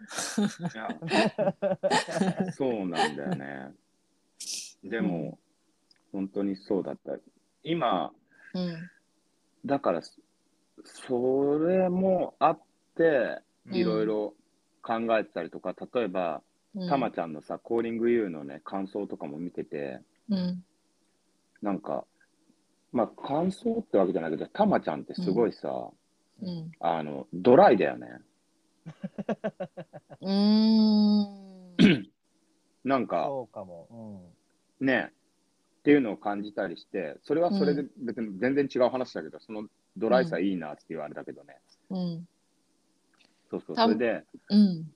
の。そうなんだよね。でも、本当にそうだった。今、うんだから、そそれもあって、うんいろいろ考えてたりとか、例えば、うん。たまちゃんのさ、コーリング U のね、感想とかも見てて、うん。なんか、まあ、感想ってわけじゃないけど、たまちゃんってすごいさ、うん。あの、ドライだよね。うーん。なんか、そうかも。ねっていうのを感じたりして、それはそれで別に全然違う話だけど、そのドライさいいなって言われたけどね、うん。そうそ多う、分それうん。で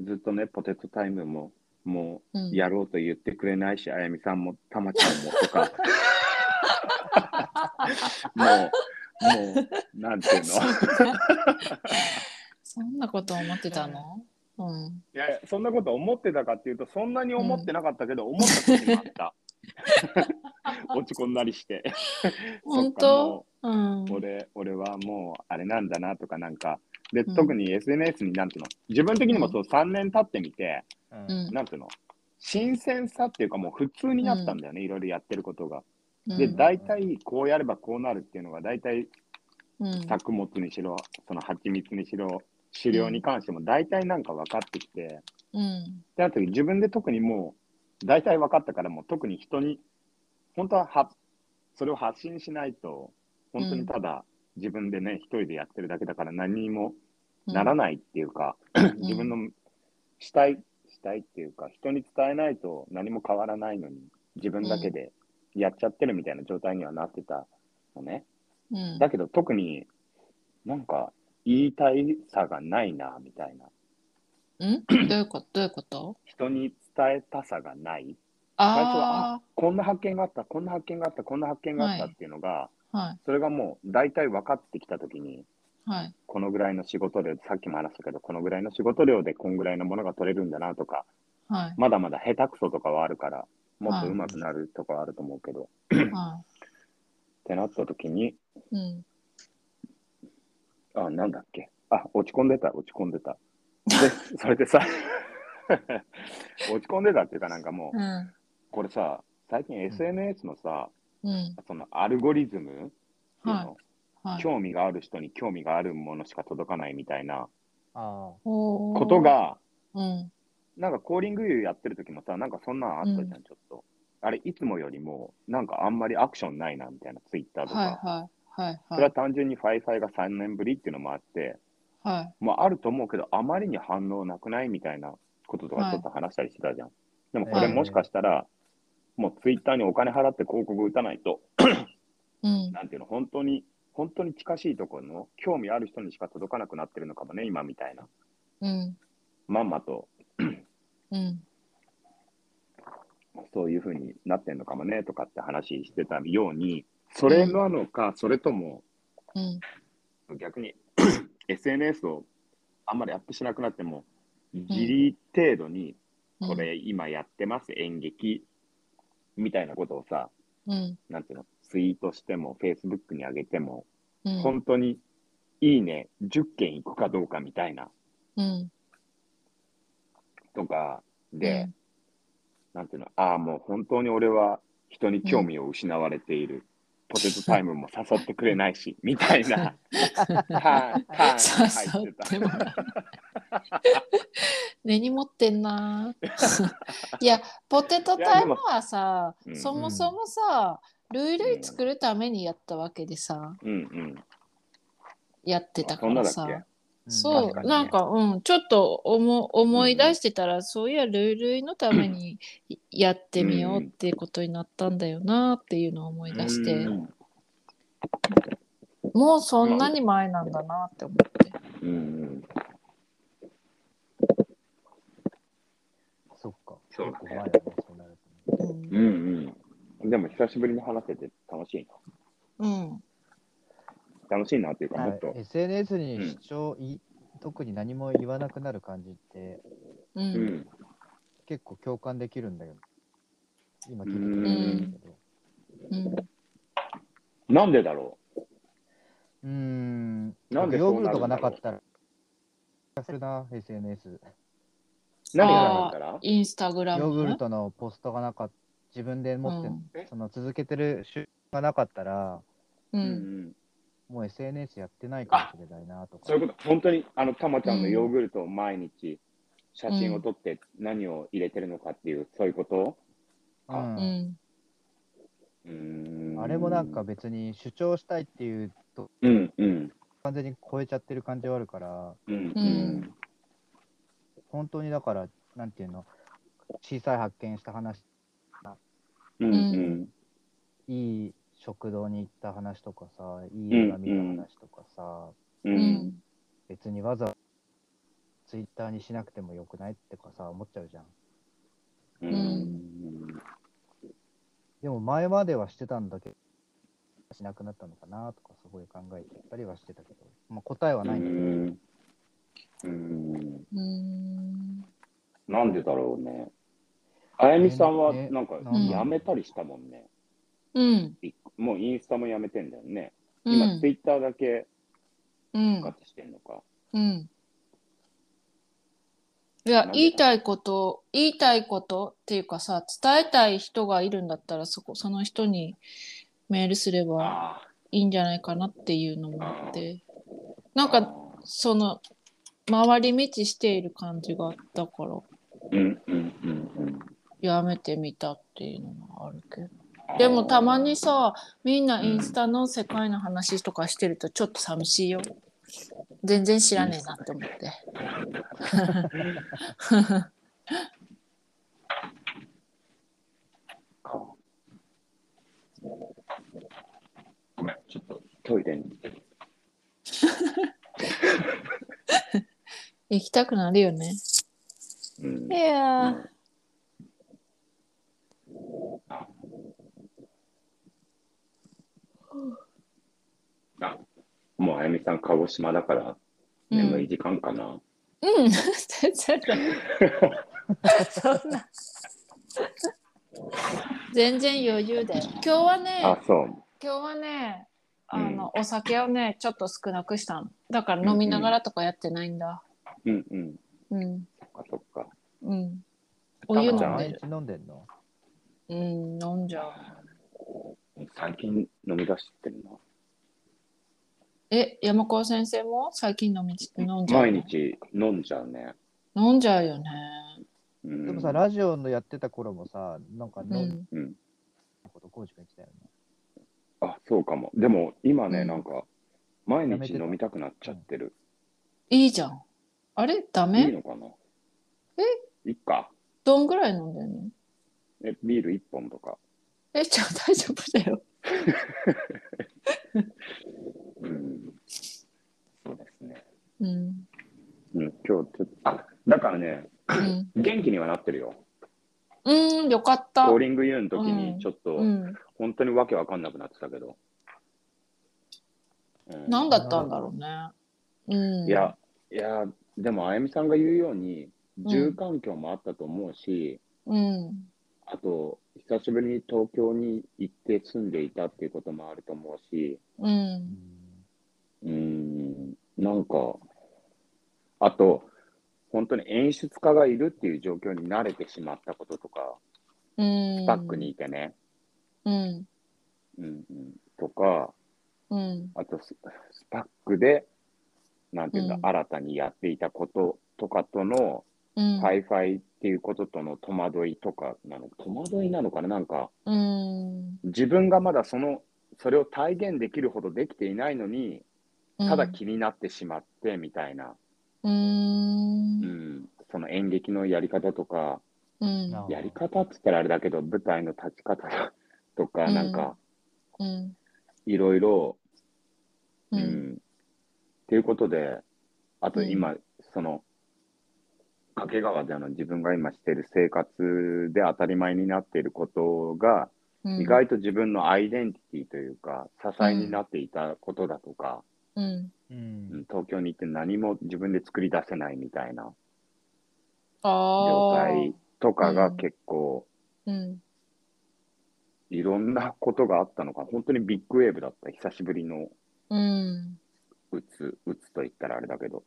ずっとね、ポテトタイムも、もうんうやろうと言ってくれないし、あやみさんも、たまちゃんもとか、もう、もう、なんていうの、いそんなこと思ってたのうん。やいや、そんなこと思ってたかっていうと、そんなに思ってなかったけど、思った時もあ った。落ち込んだりして。本そっか当もううん。俺俺はもうあれなんだなとかなんかで、うん特に SNS になんていうの自分的にもそう3年経ってみて、うん。うんなんていうの新鮮さっていうかもう普通になったんだよね、いろいろやってることが。うんで大体こうやればこうなるっていうのが大体うん作物にしろその蜂蜜にしろ狩猟に関しても大体なんか分かってきてうん。であと自分で特にもう大体分かったからもう特に人に本当ははそれを発信しないと本当にただ自分でね、一人でやってるだけだから何にもならないっていうか、自分のしたいしたいっていうか人に伝えないと何も変わらないのに自分だけでやっちゃってるみたいな状態にはなってたのね、うんだけど特になんか言いたいさがないなみたいなうんどういうことどういうこと人に伝えたさがない最初はああこんな発見があったこんな発見があったこんな発見があったはいっていうのが、あ、はそれがもう大体分かってきた時にい、はい。このぐらいの仕事量さっきも話したけどこのぐらいの仕事量でこんぐらいのものが取れるんだなとかはい。まだまだ下手くそとかはあるからもっと上手くなるとかはあると思うけど、っはてなった時にい。うん。あなんだっけあ落ち込んでた落ち込んでたで それでさ 落ち込んでたっていうかなんかもううん。これさ最近 SNS のさ、うん。そのアルゴリズムっていうの、はい。興味がある人に興味があるものしか届かないみたいなああ。ここと、が、うん、なんかコーリングユーやってる時もさ、なんかそんなんあったじゃん、ちょっと。あれ、いつもよりも、なんかあんまりアクションないな、みたいな、ツイッターとか。はいはいはいそれははい単純にファイファイが3年ぶりっていうのもあって、はいまあ、あると思うけど、あまりに反応なくないみたいなこととかちょっと話したりしてたじゃん。でもこれもしかしたら、もうツイッターにお金払って広告打たないと、うんなんていうの、本当に、本当に近しいところの興味ある人にしか届かなくなってるのかもね、今みたいな。うんまんまとうんそういうふうになってんのかもねとかって話してたように、それなのか、それともうん逆に SNS をあんまりアップしなくなっても、ギリ程度に、うんこれ今やってます、演劇みたいなことをさ、うんなんていうの、ツイートしても、Facebook に上げても、うん本当にいいね、10件いくかどうかみたいなうんとかで、なんていうの、ああ、もう本当に俺は人に興味を失われている。ポテトタイムも誘ってくれない し、みたいな。はい、はい、さ入ってってもた。ら根に持ってんな いやポテトタイムはさいやでもそもそもさ、ルール作るためにやったわけでさうんうん。やってたからあそさんなだっうんそう、確かにねなんか、うん、ちょっと思思い出してたら、そういや、ルールのためにやってみようっていうことになったんだよなっていうのを思い出して、うんもうそんなに前なんだなって思って。うんうん。そっか。そうだね結構前だね、そうなるとねううんんうん。でも久しぶりに話せて楽しいうんな。楽しいなっていうか、もっなんとか。SNS に主張い、特に何も言わなくなる感じって、ううんん。結構共感できるんだよ。今聞いてくれてるんうだけど。んなんでだろうーん。なんでそヨーうなるグんだろうルトがなかったら、するな、SNS。う何がなかったらインスタグラヨム。ーグルトのポストがなかった、自分で持って、うんえその続けてる習慣がなかったら、ううんうんん。もう SNS やってないかもしれないなとか。そういうこと、本当に、あの、たまちゃんのヨーグルトを毎日、写真を撮って何を入れてるのかっていう、そういうことううんんうーんあれもなんか、別に主張したいっていうとうんうん完全に超えちゃってる感じはあるから、うんううんん。本当にだから、なんていうの、小さい発見した話、うんうんいい食堂に行った話とかさ、いい映画見た話とかさ、ううんん別にわざわざツイッターにしなくてもよくないってかさ、思っちゃうじゃん。うんんでも前まではしてたんだけど、しなくなったのかなとか、すごい考えてたりはしてたけど、まあ、答えはないんだけど、うんうんなんでだろうね。あやみさんはねなんかなんやめたりしたもんね。うんいもうインスタもやめてんだよね。う今んツイッターだけうん復活してんのか。うん。いなやん、で言いたいこと、言いたいことっていうかさ、伝えたい人がいるんだったら、そこ、その人にメールすればあいいんじゃないかなっていうのもあって、あなんあか、その、回り道している感じがあったから、ーうんうんうんやめてみたっていうのもあるけど。うん。でもたまにさ、みんなインスタの世界の話とかしてるとちょっと寂しいよ。全然知らねえなって思って。か。ごめん、ちょっとトイレに行って。行きたくなるよね。うんいやー、あもうあやみさん、鹿児島だからうん眠い時間かな。 うん、全然だよ。そんな。全然余裕だよ。今日はね、あ、そう。今日はね、あの、お酒をね、ちょっと少なくしたの。だから飲みながらとかやってないんだ。うんうん。うん、そっかそっか。うん。お湯飲んじゃあで毎る。日飲んでんのうん、飲んじゃう。最近飲み出してるな。え、山川先生も最近飲み飲んじゃう毎の日飲んじゃうね。飲んじゃうよね。うんでもさ、ラジオのやってた頃もさ、なんかう飲んん。うん、だこと、コーチが言ってたよね。あ、そうかも。でも今ね、うんなんか、毎やめ日てた飲みたくなっちゃってる。いいじゃん。あれダいいメのかなえいっか。どんぐらい飲んでるのえ、ビール1本とか。 え、じゃあ大丈夫だよ。うん。そうですね。うん。うん、今日ちょっと、あ、だからね、うん。元気にはなってるよ。うん、よかったボー。リングユーの時うんに、ちょっと、うん。本当にわけわかんなくなってたけど。うん何だったんだろうね。うん。いや、いや、でも、あやみさんが言うように、住環境もあったと思うし、うん。あと、久しぶりに東京に行って住んでいたっていうこともあると思うし、う。うんんうーん、なんか、あと、本当に演出家がいるっていう状況に慣れてしまったこととか、うん。バックに。いてね、うん。うんうん、とか、うん。あとス、スパックで、なんていうんだ、うん新たにやっていたこととかとの、うん。ハイファイっていうこととの戸惑いとかなの、戸惑いなのかな、なんか、うん。自分がまだその、それを体現できるほどできていないのに、ただ気になってしまってみたいな、うん。うんその演劇のやり方とか、うん。なあやり方って言ったらあれだけど、舞台の立ち方とか、うんなんか、うん。いろいろ、う。うんん。っていうことで、あと今、その、掛川であの自分が今している生活で当たり前になっていることが、うん。意外と自分のアイデンティティというか、支えになっていたことだとか、うん。ううんん。東京に行って何も自分で作り出せないみたいな状ああ。態とかうがん結構、うん。いろんなことがあったのか、本当にビッグウェーブだった、久しぶりのうん。うつ、うつと言ったらあれだけど、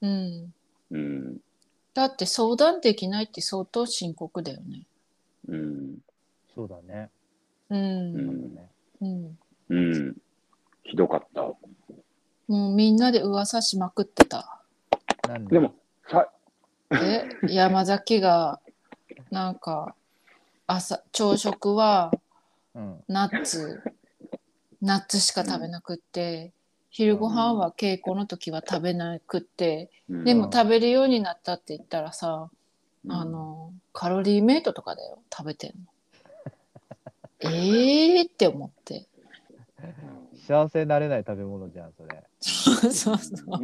うん。うん、だって相談できないって相当深刻だよね。うん、そうだね。う。うんそうだん、ね。うん。うん、ひどかった。もうみんなで噂しまくってた。なんででも、さで、山崎が、なんか、朝、朝食はうん。ナッツ、ナッツしか食べなくって、昼ご飯は稽古の時は食べなくって、うんでも食べるようになったって言ったらさ、あ、の、カロリーメイトとかだよ、食べてんの。 えーって思って。 幸せになれない食べ物じゃん、そ れ。そうそうそう。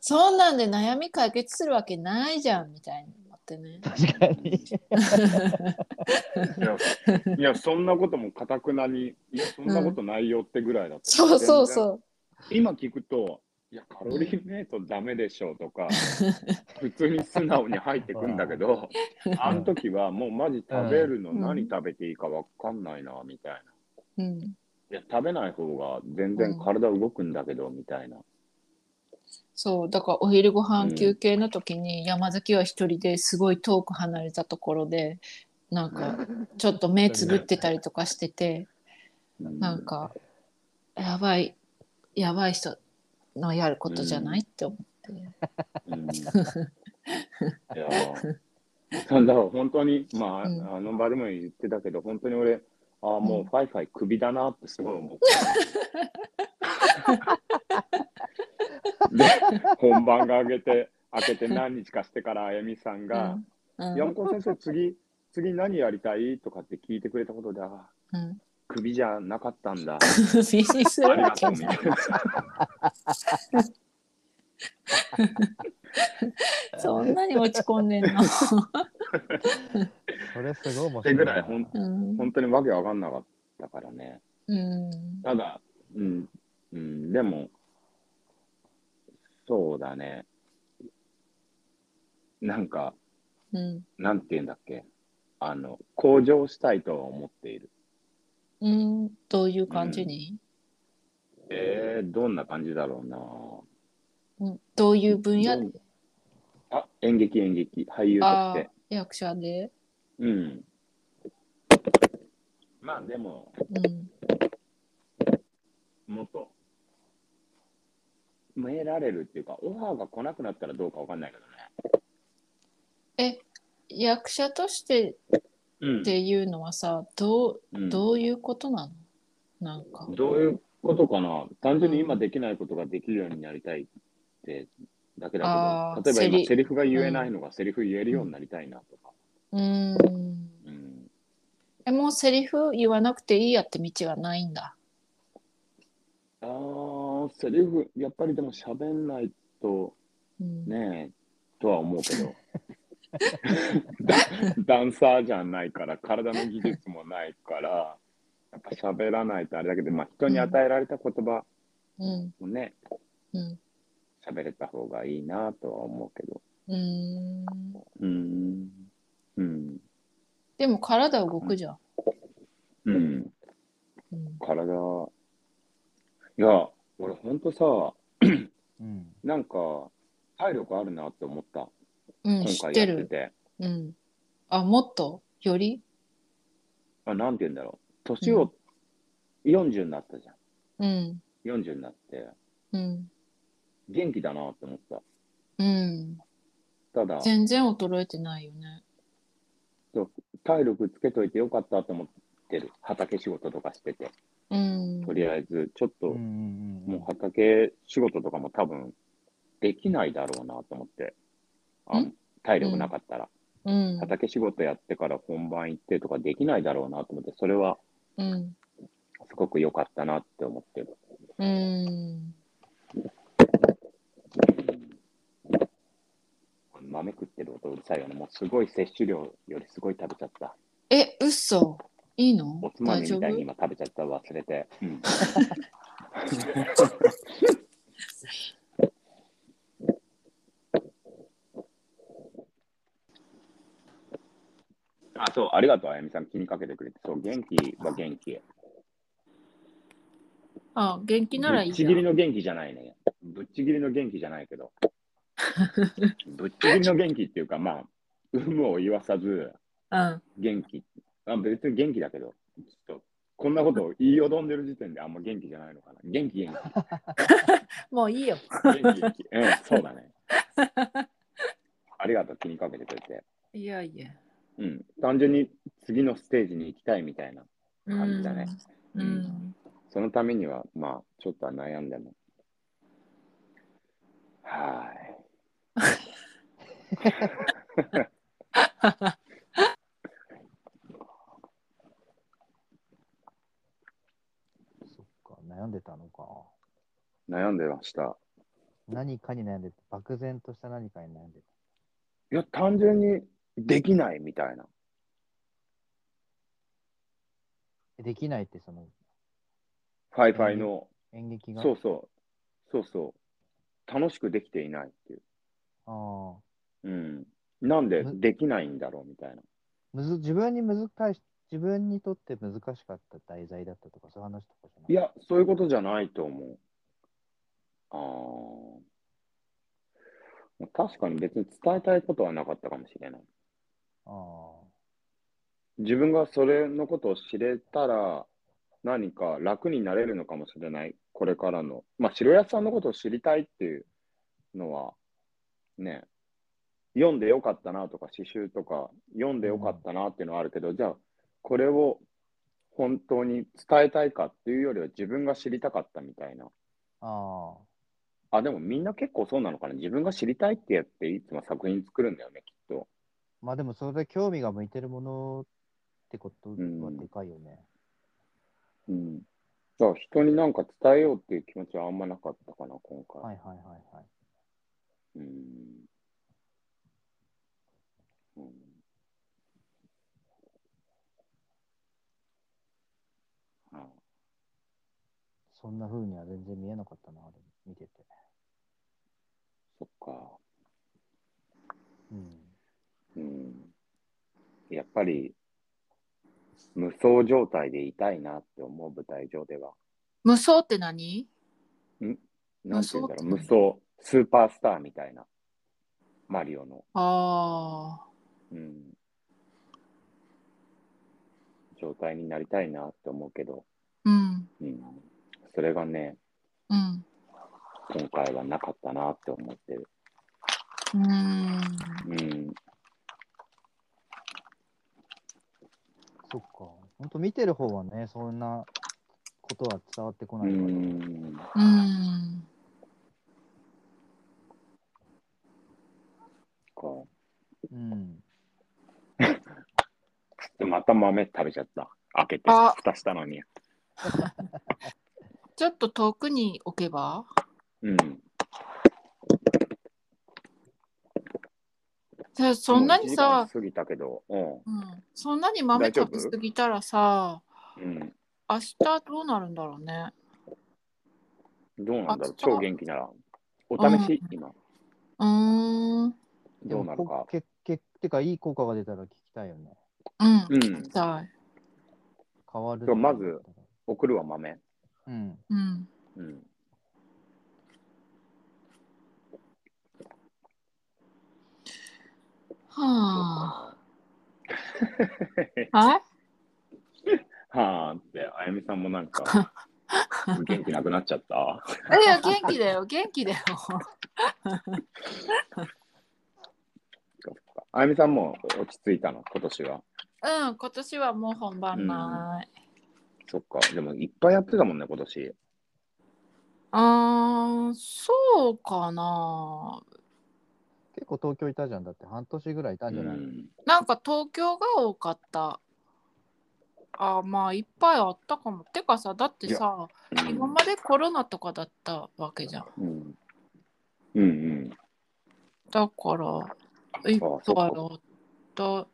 そんなんで悩み解決するわけないじゃんみたいに思ってね。確かに。いや、いやそんなこともかたくなに、いや、そんなことないよってぐらいだった。 そうそうう。そ今聞くと、いや、カロリーメイトダメでしょうと か、普通に素直に入ってくんだけど、あの時はもうマジ食べるのうん何食べていいかわかんないな、みたいな。う。うん。いや、食べない方が全然体動くんだけど、みたいな。そうだからお昼ご飯うん休憩の時に山崎は一人ですごい遠く離れたところでなんか ちょっと目つぶってたりとかしててうんなんかやばいやばい人のやることじゃないって思って。うんいやなんだろう、本当に、まあ、うんあの場でも言ってたけど、本当に俺、ああ、もう、うんファイファイクビだなってすごい思って。 で、本番が上げて、開けて何日かしてから、あやみさんが、うんうん山本先生、次、次何やりたいとかって聞いてくれたことで、ああ、 うんクビじゃなかったんだ。首にするありわがけとう、みじたゃいないな。そんなに落ち込んでん の。それすごい面っ白ていな。ぐらい、ほんうん。本当にわけわかんなかったからね。うん。ただ、うん、うん、でも、そうだね。なんか、うん。なんて言うんだっけ。あの、向上したいとは思っている。うん。どういう感じに、えー、どんな感じだろううん、どういう分な。野どでんあ、演劇、演劇、俳優としああて。役者でうん。まあでも、うん、元、得られるっていうか、オファーが来なくなったらどうかわかんないけ役者としてどねっ。ていうのはさどううん、どういうことなのなんかうんどういうことかな単純に今できないことができるようになりたいってだけだあーけど、例えばセリ今、セリフが言えないのがセリフ言えるようになりたいなとか。うんうんえもうセリフ言わなくていいやって道はないんだあーセリフ、やっぱりでも喋んないとうんねえ、とは思うけ ど。ダダンサーじゃないから、体の技術もないから、やっぱ喋らないとあれだけど、まあ、人に与えられた言葉うんもね、うん喋れた方がいいなとは思うけど。うんうん。うん。でも体動くじゃん、うん。うん体、いや、俺ほんとさ、うん。なんか、体力あるなって思った。うん、今知っ回てやってる、て。うん、あもっとより、あなんて言うんだろう。年を、40になったじゃん。うん40になって、うん元気だなって思っうん、た。ただ、全然衰えてないよね体力つけといてよかったと思ってる。畑仕事とかしてて。うんとりあえず、ちょっと、うんうんうんもう畑仕事とかも多分、できないだろうなと思って。あん体力なかったら、うん畑仕事やってから本番行ってとかできないだろうなと思って、それはうんすごく良かったなって思ってる。うん豆食ってる音うるさいよね。もうすごい摂取量よりすごい食べちゃった。え嘘いいのおつま大み丈みた夫いに今食べちゃった忘れて。 うん、あ、そう、ありがとう、あやみさん。気にかけてくれて。そう、元気は元気。あ元気ならいぶっいちじゃぎりんの元気じゃないね。ぶっちぎりの元気じゃないけ ど。ぶっちぎりの元気っていうか、まあ、有無を言わさず、うん元気。あ別に元気だけど、ちょっと、こんなことを言いよどんでる時点であんま元気じゃないのかな。元気、元もういいよ気。元気、元気。うん、そうだね。ありがとう、気にかけてくれて。いやいやうん、単純に次のステージに行きたいみたいな。感じだねうん、うんそのためには、まあ、ちょっとは悩んでも。はそっか、悩んでたのか。ーい。悩んでました。何かに悩んでた。漠然とした何かに悩んでいや、単純にできないみたいな。た。できないって、そのファイファイの、演劇が。そうそう、そうそう、楽しくできていないっていう。ああうん。なんでむできないんだろうみたいな。むず自分に難し、自分にとって難しかった題材だったとか、そういう話とかじゃないいや、そういうことじゃないと思う。ああ。確かに別に伝えたいことはなかったかもしれない。ああ。自分がそれのことを知れたら、何か楽になれるのかもしれない。これからの。まあ、白安さんのことを知りたいっていうのは、ね、読んでよかったなとか、詩集とか、読んでよかったなっていうのはあるけど、じゃあ、これを本当に伝えたいかっていうよりは、自分が知りたかったみたいな。ああ。あ、でもみんな結構そうなのかな。自分が知りたいってやって、いつも作品作るんだよね、きっと。まあでも、それで興味が向いてるものってことはうんでかいよね。うん。だから人になんか伝えようっていう気持ちはあんまなかったかな、今回。はいはいはいはい。うんうんあそんな風には全然見えなかったな、でも見てて。そっか。うん。うん。やっぱり、無双状態でいたいなって思う舞台上では。無双って何なんて言うんだろう、無無双双、スーパースターみたいな。マリオの。ああうん。状態になりたいなって思うけど、うんうん、それがね、うん今回はなかったなって思ってる。うんうん、そっか。本当見てる方はね、そんなことは伝わってこうないから。ん、うんこうん。うまた豆食べちゃった。開けて、あ蓋したのに。ちょっと遠くに置けばうん、じゃあそんなにもう一さ時間、過ぎたけど、うんうん、そんなに豆食べ過ぎたらさうん、明日どうなるんだろうねどうなんだろうあ超元気なら。お試し、今。うーんうんでどうもなのかこ。けけてか、いい効果が出たら聞きたいよね。うん聞きたい変わる。そうまず。送るわ、豆。うん。うんうん。はあはいはあって、あやみさんもなん か、元気なくなっちゃった。いや元気だよ元気だよあやみさんも落ち着いたの、今年は。うん今年はもう本番ない、そっか。でも、いっぱいやってたもんね、今年。あーそうかな結構東京いたじゃん。だって半年ぐらいいたんじゃない、うんなんか東京が多かったあーまあいっぱいあったかもてかさだってさ今までコロナとかだったわけじゃんうん。うんうん。だからいっぱいあった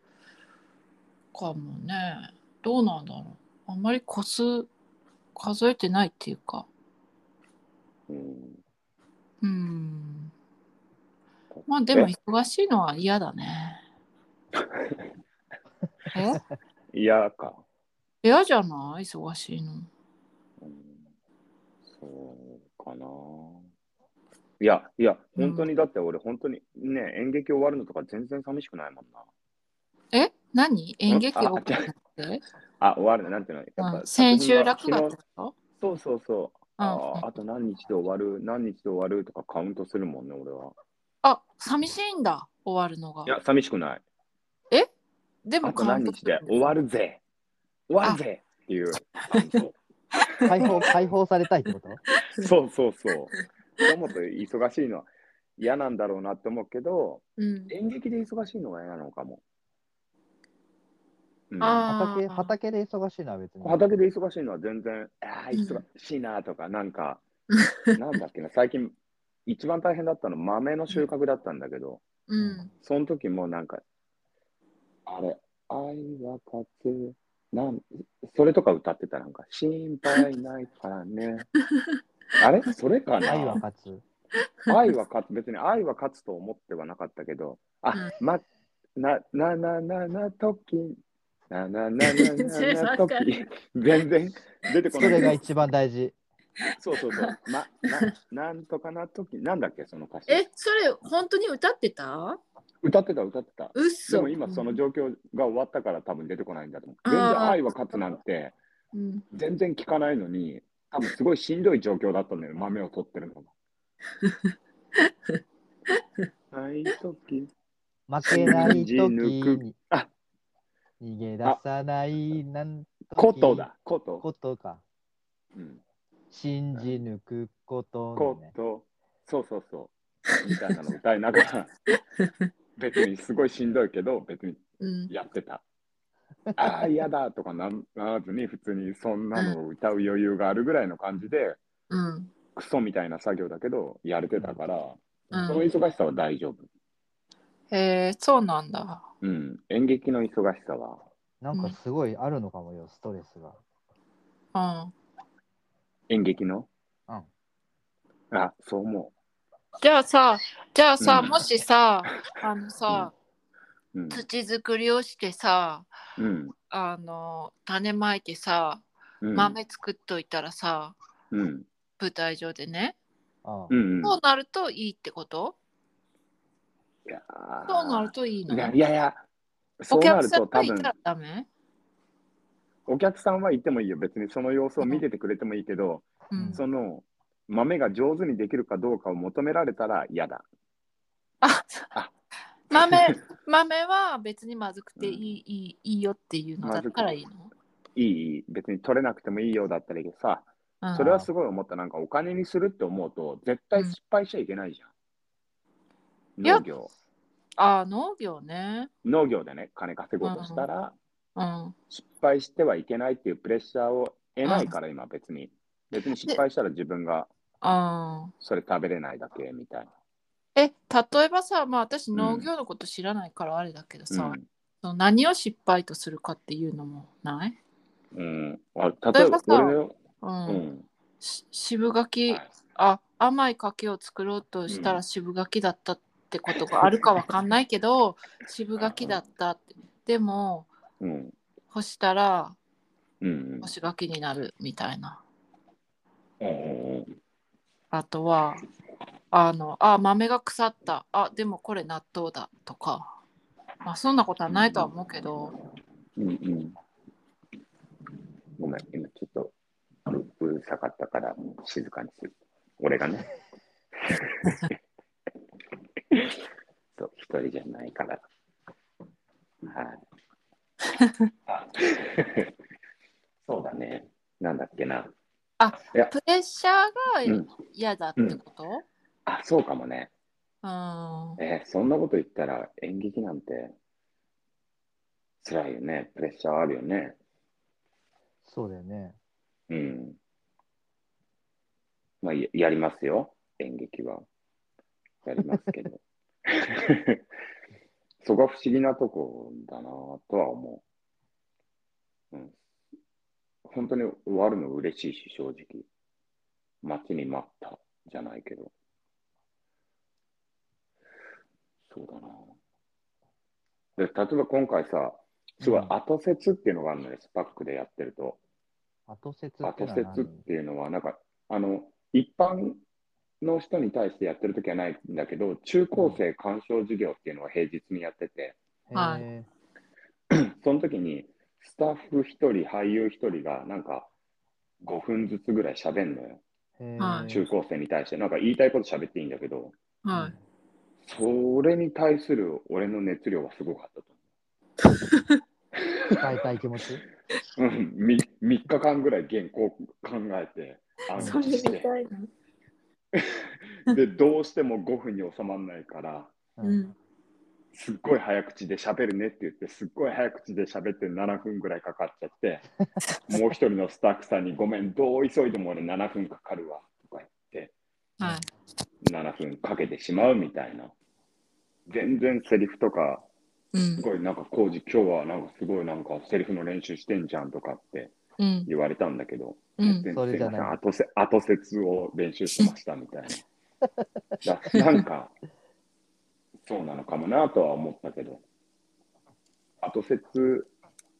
かもねどうなんだろうあんまり個数数えてないっていうかうんうんまあでも忙しいのは嫌だね。 え嫌か。嫌じゃない忙しいの。うんそうかな。いや、いや、うん本当に、だって俺、本当にね、演劇終わるのとか全然寂しくないもんな。え何演劇を送るってあ、終わるね、なんていうの、やっぱ、うん千秋楽作だ品っが昨た日ことそうそうそう。うんあーあと何日で終わる、何日で終わるとかカウントするもんね、俺は。あ寂しいんだ終わるのがい。や、寂しくない。でもあと何日で終わるぜ。終わるぜっていうカウント。解放、 解放されたいってこと そうそうそう。もっと忙しいのは嫌なんだろうなって思うけど、うん、演劇で忙しいのが嫌なのかも。うん あ畑、ー畑で忙しいのは別に。畑で忙しいのは全然、ああ、うん忙しいなとか、なんか、なんだっけな、最近、一番大変だったの、豆の収穫だったんだけど、うんその時もなんか、あれ、愛は勝つ、なん、それとか歌ってた、なんか、心配ないから ね。あれそれかな愛は勝つ。愛は勝つ、別に愛は勝つと思ってはなかったけど、あ、ま、な、な、な、な、な、とき、な、な、な、な、な、な、とき、全然出てこそない。れが一番大事。そうそうそう、ま、な、なんとかなとき、なんだっけ、その歌詞。えそれ本当に歌ってた歌ってた、歌ってた。うでっそも今その状況が終わったから多分出てこないんだと思う。あー全然愛は勝つなんてうん、全然聞かないのに、多分すごいしんどい状況だったんだよ、豆を取ってるのが。ない時負けな信い時 じ抜にあ逃げ出さないなん時こと。だ、こと。ことか。うん信じ抜くことこのね。と、そうそうそう、みたいなの歌いなが ら、別にすごいしんどいけど、別にうん、やってた。ああ、嫌だとかなんならずに、普通にそんなのを歌う余裕があるぐらいの感じで、うん、クソみたいな作業だけど、やれてたから、うんその忙しさは大丈夫。へえそうなんだうん、演劇の忙しさは。なんかすごいあるのかもよ、ストレスが。うん演劇のうん。あ、そう思じゃあさじゃあさ、うんもしさあのさ、う。うん。土作りをしてさうん。あの種まいてさうん。豆作っといたらさ、うん。舞台上でね、あうあん。そうなるといいってこといやーそうなるといいのいやいやいや、そうおな客るさとん多がいた分らダメお客さんは行ってもいいよ。別にその様子を見ててくれてもいいけど、うん その豆が上手にできるかどうかを求められたら嫌だ。ああ豆 豆は別にまずくていい,、いいいいよっていうのだったらいいの、いいいい、別に取れなくてもいいようだったらいいけどさ、うん、それはすごい思った。なんかお金にするって思うと、絶対失敗しちゃいけないじゃん。んいや農業。ああ農業ね。農業でね、金稼ごうとしたら、うん。失敗してはいけないっていうプレッシャーを得ないから、今別に。別に失敗したら自分があそれ食べれないだけみたいーえ例えばさ、まあ、私農業のこと知らないからあれだけどさ、な。その何を失敗とするかっていうのもない、うん。うん、あ例例えばえばさ、俺のうんうん。し渋柿、はいあ甘い柿を作ろうとしたうら渋柿だったってことがあるかわかんない けど渋柿だったってでもうん。干したらうんうん干し柿になるみたいなうんうんあとはあのあ豆が腐ったあでもこれ納豆だとかまあそんなことはないとは思うけどうんうんごめん、今ちょっとあのうるさかったから静かにする。俺がね。そう、一人じゃないから。はい。そうだね。なんだっけな。プレッシャうーがん。嫌だってこと、あ、そうかもね。うんえーそんなこと言ったら演劇なんて辛いよね。プレッシャーあるよね。そうだよね。うん。まあ、ややりますよ、演劇は。やりますけど。 そこは不思議なとこだなとは思う。うん。本当に終わるの嬉しいし、正直。待ちに待ったじゃないけど。そうだなで例えば今回さ、すごい後説っていうのがあるのよ、スパックでやってると。後説っ後てのは説っていうのは、なんか、あの、一般の人に対してやってるときはないんだけど、中高生鑑賞授業っていうのを平日にやってて、何はいへその時にスタッフ1人、俳優1人が、なんか、5分ずつぐらい喋んのよ。ーへはいー中高生に対して、なんか言いたいこと喋っていいんだけど、はいそれに対する俺の熱量はすごかったと伝えたい気持ち。思う。うん、3, 日間ぐらい原稿を考えて、暗それ記みしたいて、で、どうしても5分に収まらないから、な。うん。すっごい早口で喋るねって言って、すっごい早口で喋って7分ぐらいかかっちゃって、もう一人のスタッフさんに、ごめん、どう急いでも俺7分かかるわとか言って、はい。 7分かけてしまうみたいな。全然セリフとか、うんす。ごいなんか、コージ、今日はなんかすごいなんかセリフの練習してんじゃんとかってうん。言われたんだけど、うん。全そ然すれいじゃませないん、後せ後説を練習しましたみたいな。だ なんか、そうなのかもなとは思ったけど、後説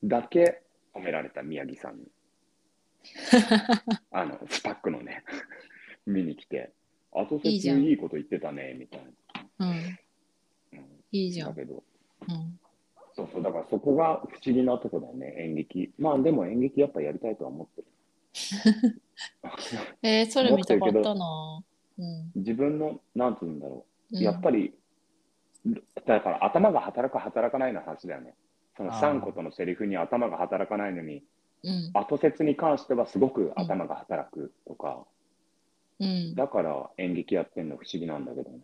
だけ褒められた宮城さ んに。あの、スパックのね、 見に来て、後い説いじゃんいいこと言ってたね、みたいうん。な。うんいいじゃだん。けど、うん。そうそう、だからそこが不思議なとこだよね、演劇。まあでも演劇やっぱやりたいとは思ってる。えー、それ見たかったな。うん。自分の、なんて言うんだろう。うんやっぱり、だから頭が働く、働かないの話だよね。そのあー3個とのセリフに頭が働かないのに、うん。後説に関してはすごく頭が働くとか、うん。だから演劇やってんの不思議なんだけどね。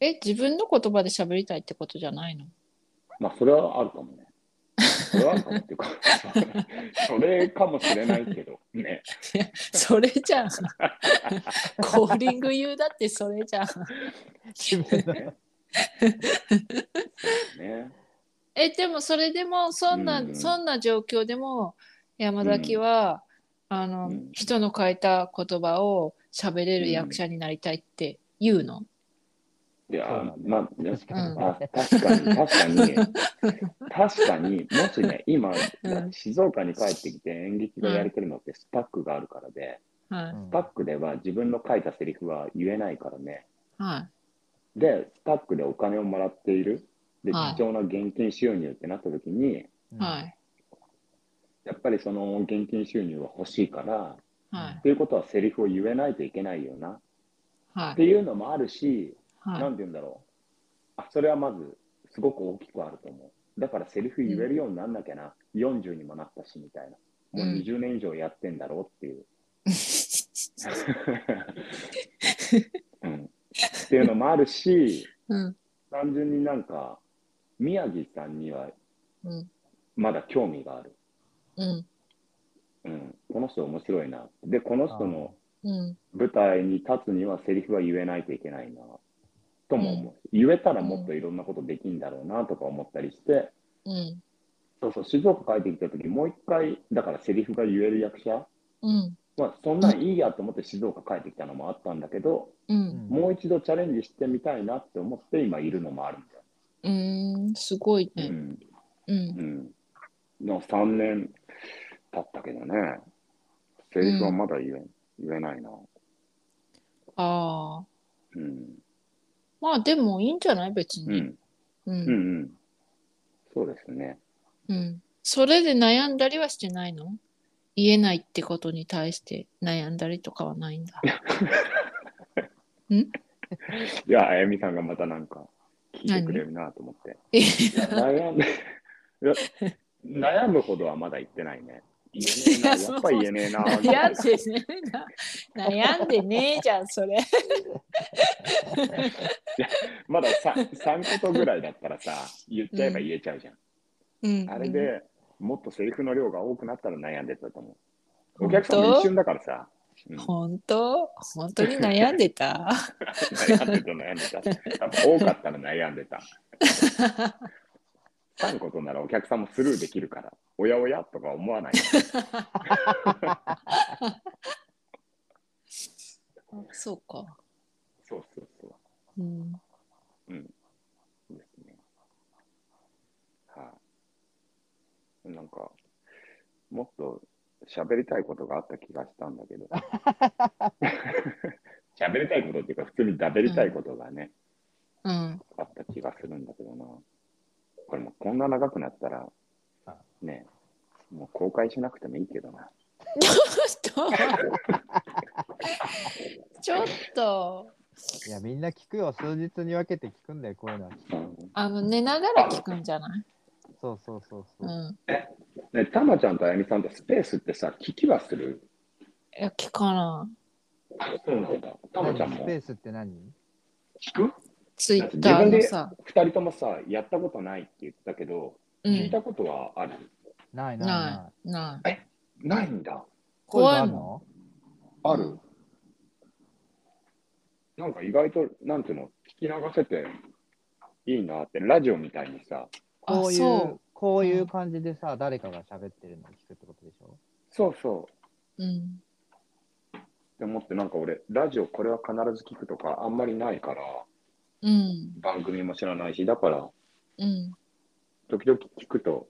え、自分の言葉で喋りたいってことじゃないのまあ、それはあるかもね。それはあるかもっていうか、 それかもしれないけど、ね。それじゃ ん。コーリング言うだってそれじゃん。自分のね。ねえ、でもそれでも、そんな、うんそんな状況でも、山崎は、あの、うん人の変えた言葉を喋れる役者になりたいって言うの、いやそうだね、まあ、ね確かにうあ確かに、確かに、確かに、もしね、今、うん静岡に帰ってきて演劇がやれてるのってスパックがあるからで、はい。うんスパックでは自分の書いたセリフは言えないからね。はい。で、スパックでお金をもらっている。で、はい貴重な現金収入ってなった時に、うんはい。やっぱりその現金収入は欲しいから、はいということはセリフを言えないといけないよな、はっていいうのもあるし、はいなんて言うんだろう。あ、それはまず、すごく大きくあると思う。だからセリフ言えるようになんなきゃな。40にもなったし、みたいな。もううん20年以上やってんだろうって いう。うん、っていうのもあるし、うん単純になんか、宮城さんにはうんまだ興味がある。うんうん、この人面白いな。で、この人のうん舞台に立つにはセリフは言えないといけないな。とも思う。言えたらもっといろんなことできんだろうなとか思ったりして、うんそうそう、静岡帰ってきた時もう一回、だからセリフが言える役者うんまあ、そんなんいいやと思って静岡帰ってきたのもあったんだけど、うんもう一度チャレンジしてみたいなって思って今いるのもあるんだよ。うんすごいうねん。うんうん。の3年経ったけどね、セリフはまだ言え,、言えないな。ああうん。まあでもいいんじゃない別うにん。ううんうんん。そうですね。うんそれで悩んだりはしてないの言えないってことに対して悩んだりとかはないんだいや、あやみさんがまたなんか聞いてくれるなと思って。え悩むいや悩むほどはまだ言ってないね。言えねえな、いや そうやっぱ言えねえな。悩んでねえな悩んでねえじゃんそれまだ 3, 三ことぐらいだったらさ、言っちゃえば言えちゃうじゃん。うんあれでもっとセリフの量が多くなったら悩んでたと思う。本お当客さんも一瞬だからさ、うん本当本当に悩んでた悩んでた悩んでた。多分多かったら悩んで た。3ことならお客さんもスルーできるから、おやおやとか思わない。そうか、そうそうそう。うん、そうですね。はい、なんか、もっと喋りたいことがあった気がしたんだけ ど。喋りたいことっていうか、普通に喋りたいことがね、うんあった気がするんだけどな。これもうこんな長くなったらあ、ね、もう公開しなくてもいいけどな。ちょっといや、みんな聞くよ。数日に分けて聞くんだよ、こういうのは。うんあの寝ながら聞くんじゃない、そうそうそううそう。ん、ね、たまちゃんとあやみさんとスペースってさ、聞きはする。いや聞かないそうなんだ。たまちゃんスもペースって何聞くツイッターのさ、二人ともさ、やったことないって言ってたけど、う聞いん、たことはある、ないないなない。いないないんだ。こういうの怖いあるもんのある、なんか意外と、なんていうの、聞き流せていいなって、ラジオみたいにさ、あこうい、そうこういう感じでさ、誰かが喋ってるのを聞くってことでしょそうそう。うんって思って、なんか俺、ラジオこれは必ず聞くとか、あんまりないから、うん番組も知らないし、だから、うん時々聞くと、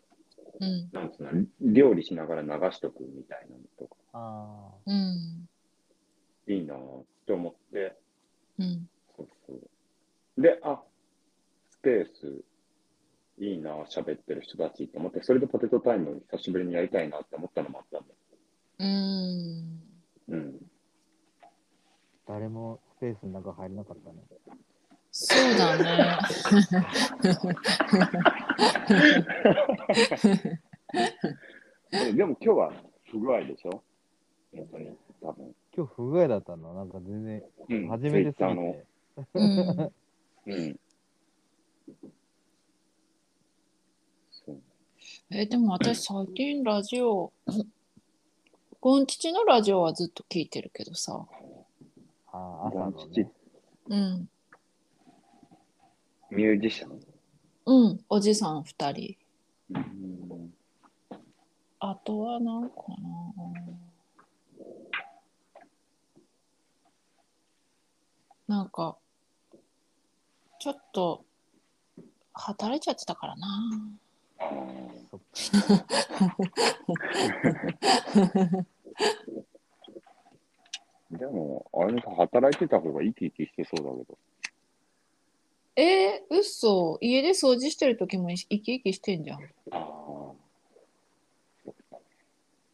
うんなんつうの、料理しながら流しとくみたいなのとか、あうんいいなって思って、うんそうそう。で、あスペース、いいな、喋ってる人たちと思って、それでポテトタイムを久しぶりにやりたいなって思ったのもあったんだよ。ううんん。あ、誰もスペースの中入れなかったね。そうだね。ででも今日は不具合でしょ本当に、多分。今日不具合だったのなんか全然、うん初めてす Twitter ぎて。うん、の。うん。そうえでも私最近ラジオ、ゴン父のラジオはずっと聞いてるけどさ。ああ、朝のゴンチね。うん。ミュージシャン。うん、おじさん2人。うん、あとは何かななんか、ちょっと、働いちゃってたからな。あーそっかでも、あれも働いてた方が生き生きしてそうだけど。えー、嘘家で掃除してる時も生き生きしてんじゃん。ああ。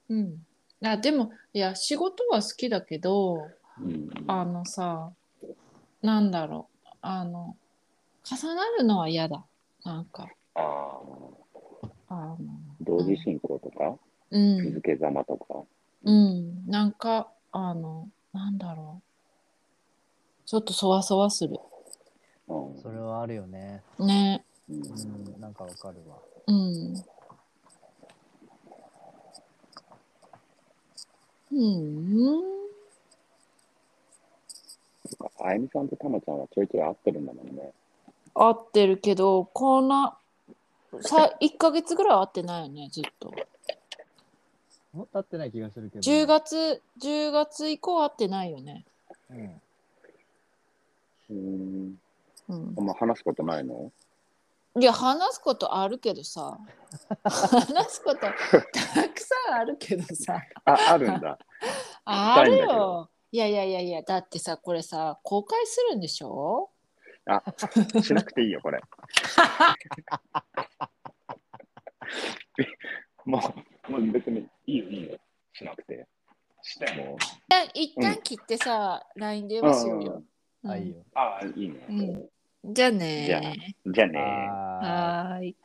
うん、あでもいや仕事は好きだけどうんあのさなんだろうあの重なるのは嫌だなんかああ、あの同時進行とか、うん日付ざまとか。うん、なんか、あの、なんだろう。ちょっとそわそわする。うんそれはあるよね。ね。うんうん、なんかわかるわ。うん。うん。そっかあやみさんとたまちゃんはちょいちょい会ってるんだもんね。合ってるけど、こんな、さ、1ヶ月ぐらい会ってないよね、ずっと。もっと合ってない気がするけど。 10。月、10月以降会ってないよね。うん。うん。うんあん。ま話すことないのいや、話すことあるけどさ。話すこと、たくさんあるけどさ。あ、あるんだ。ある聞きたいんだけよ。いやいやいやいや、だってさ、これさ、公開するんでしょしなくていいよ、これ。まあ、もう別にいいよ、いいよ。しなくて。しても。いや一旦切ってさ、LINE 電話しようよ。うんあ、いいよ。ああ、いいね。うんじゃあねじゃあねあーはーい。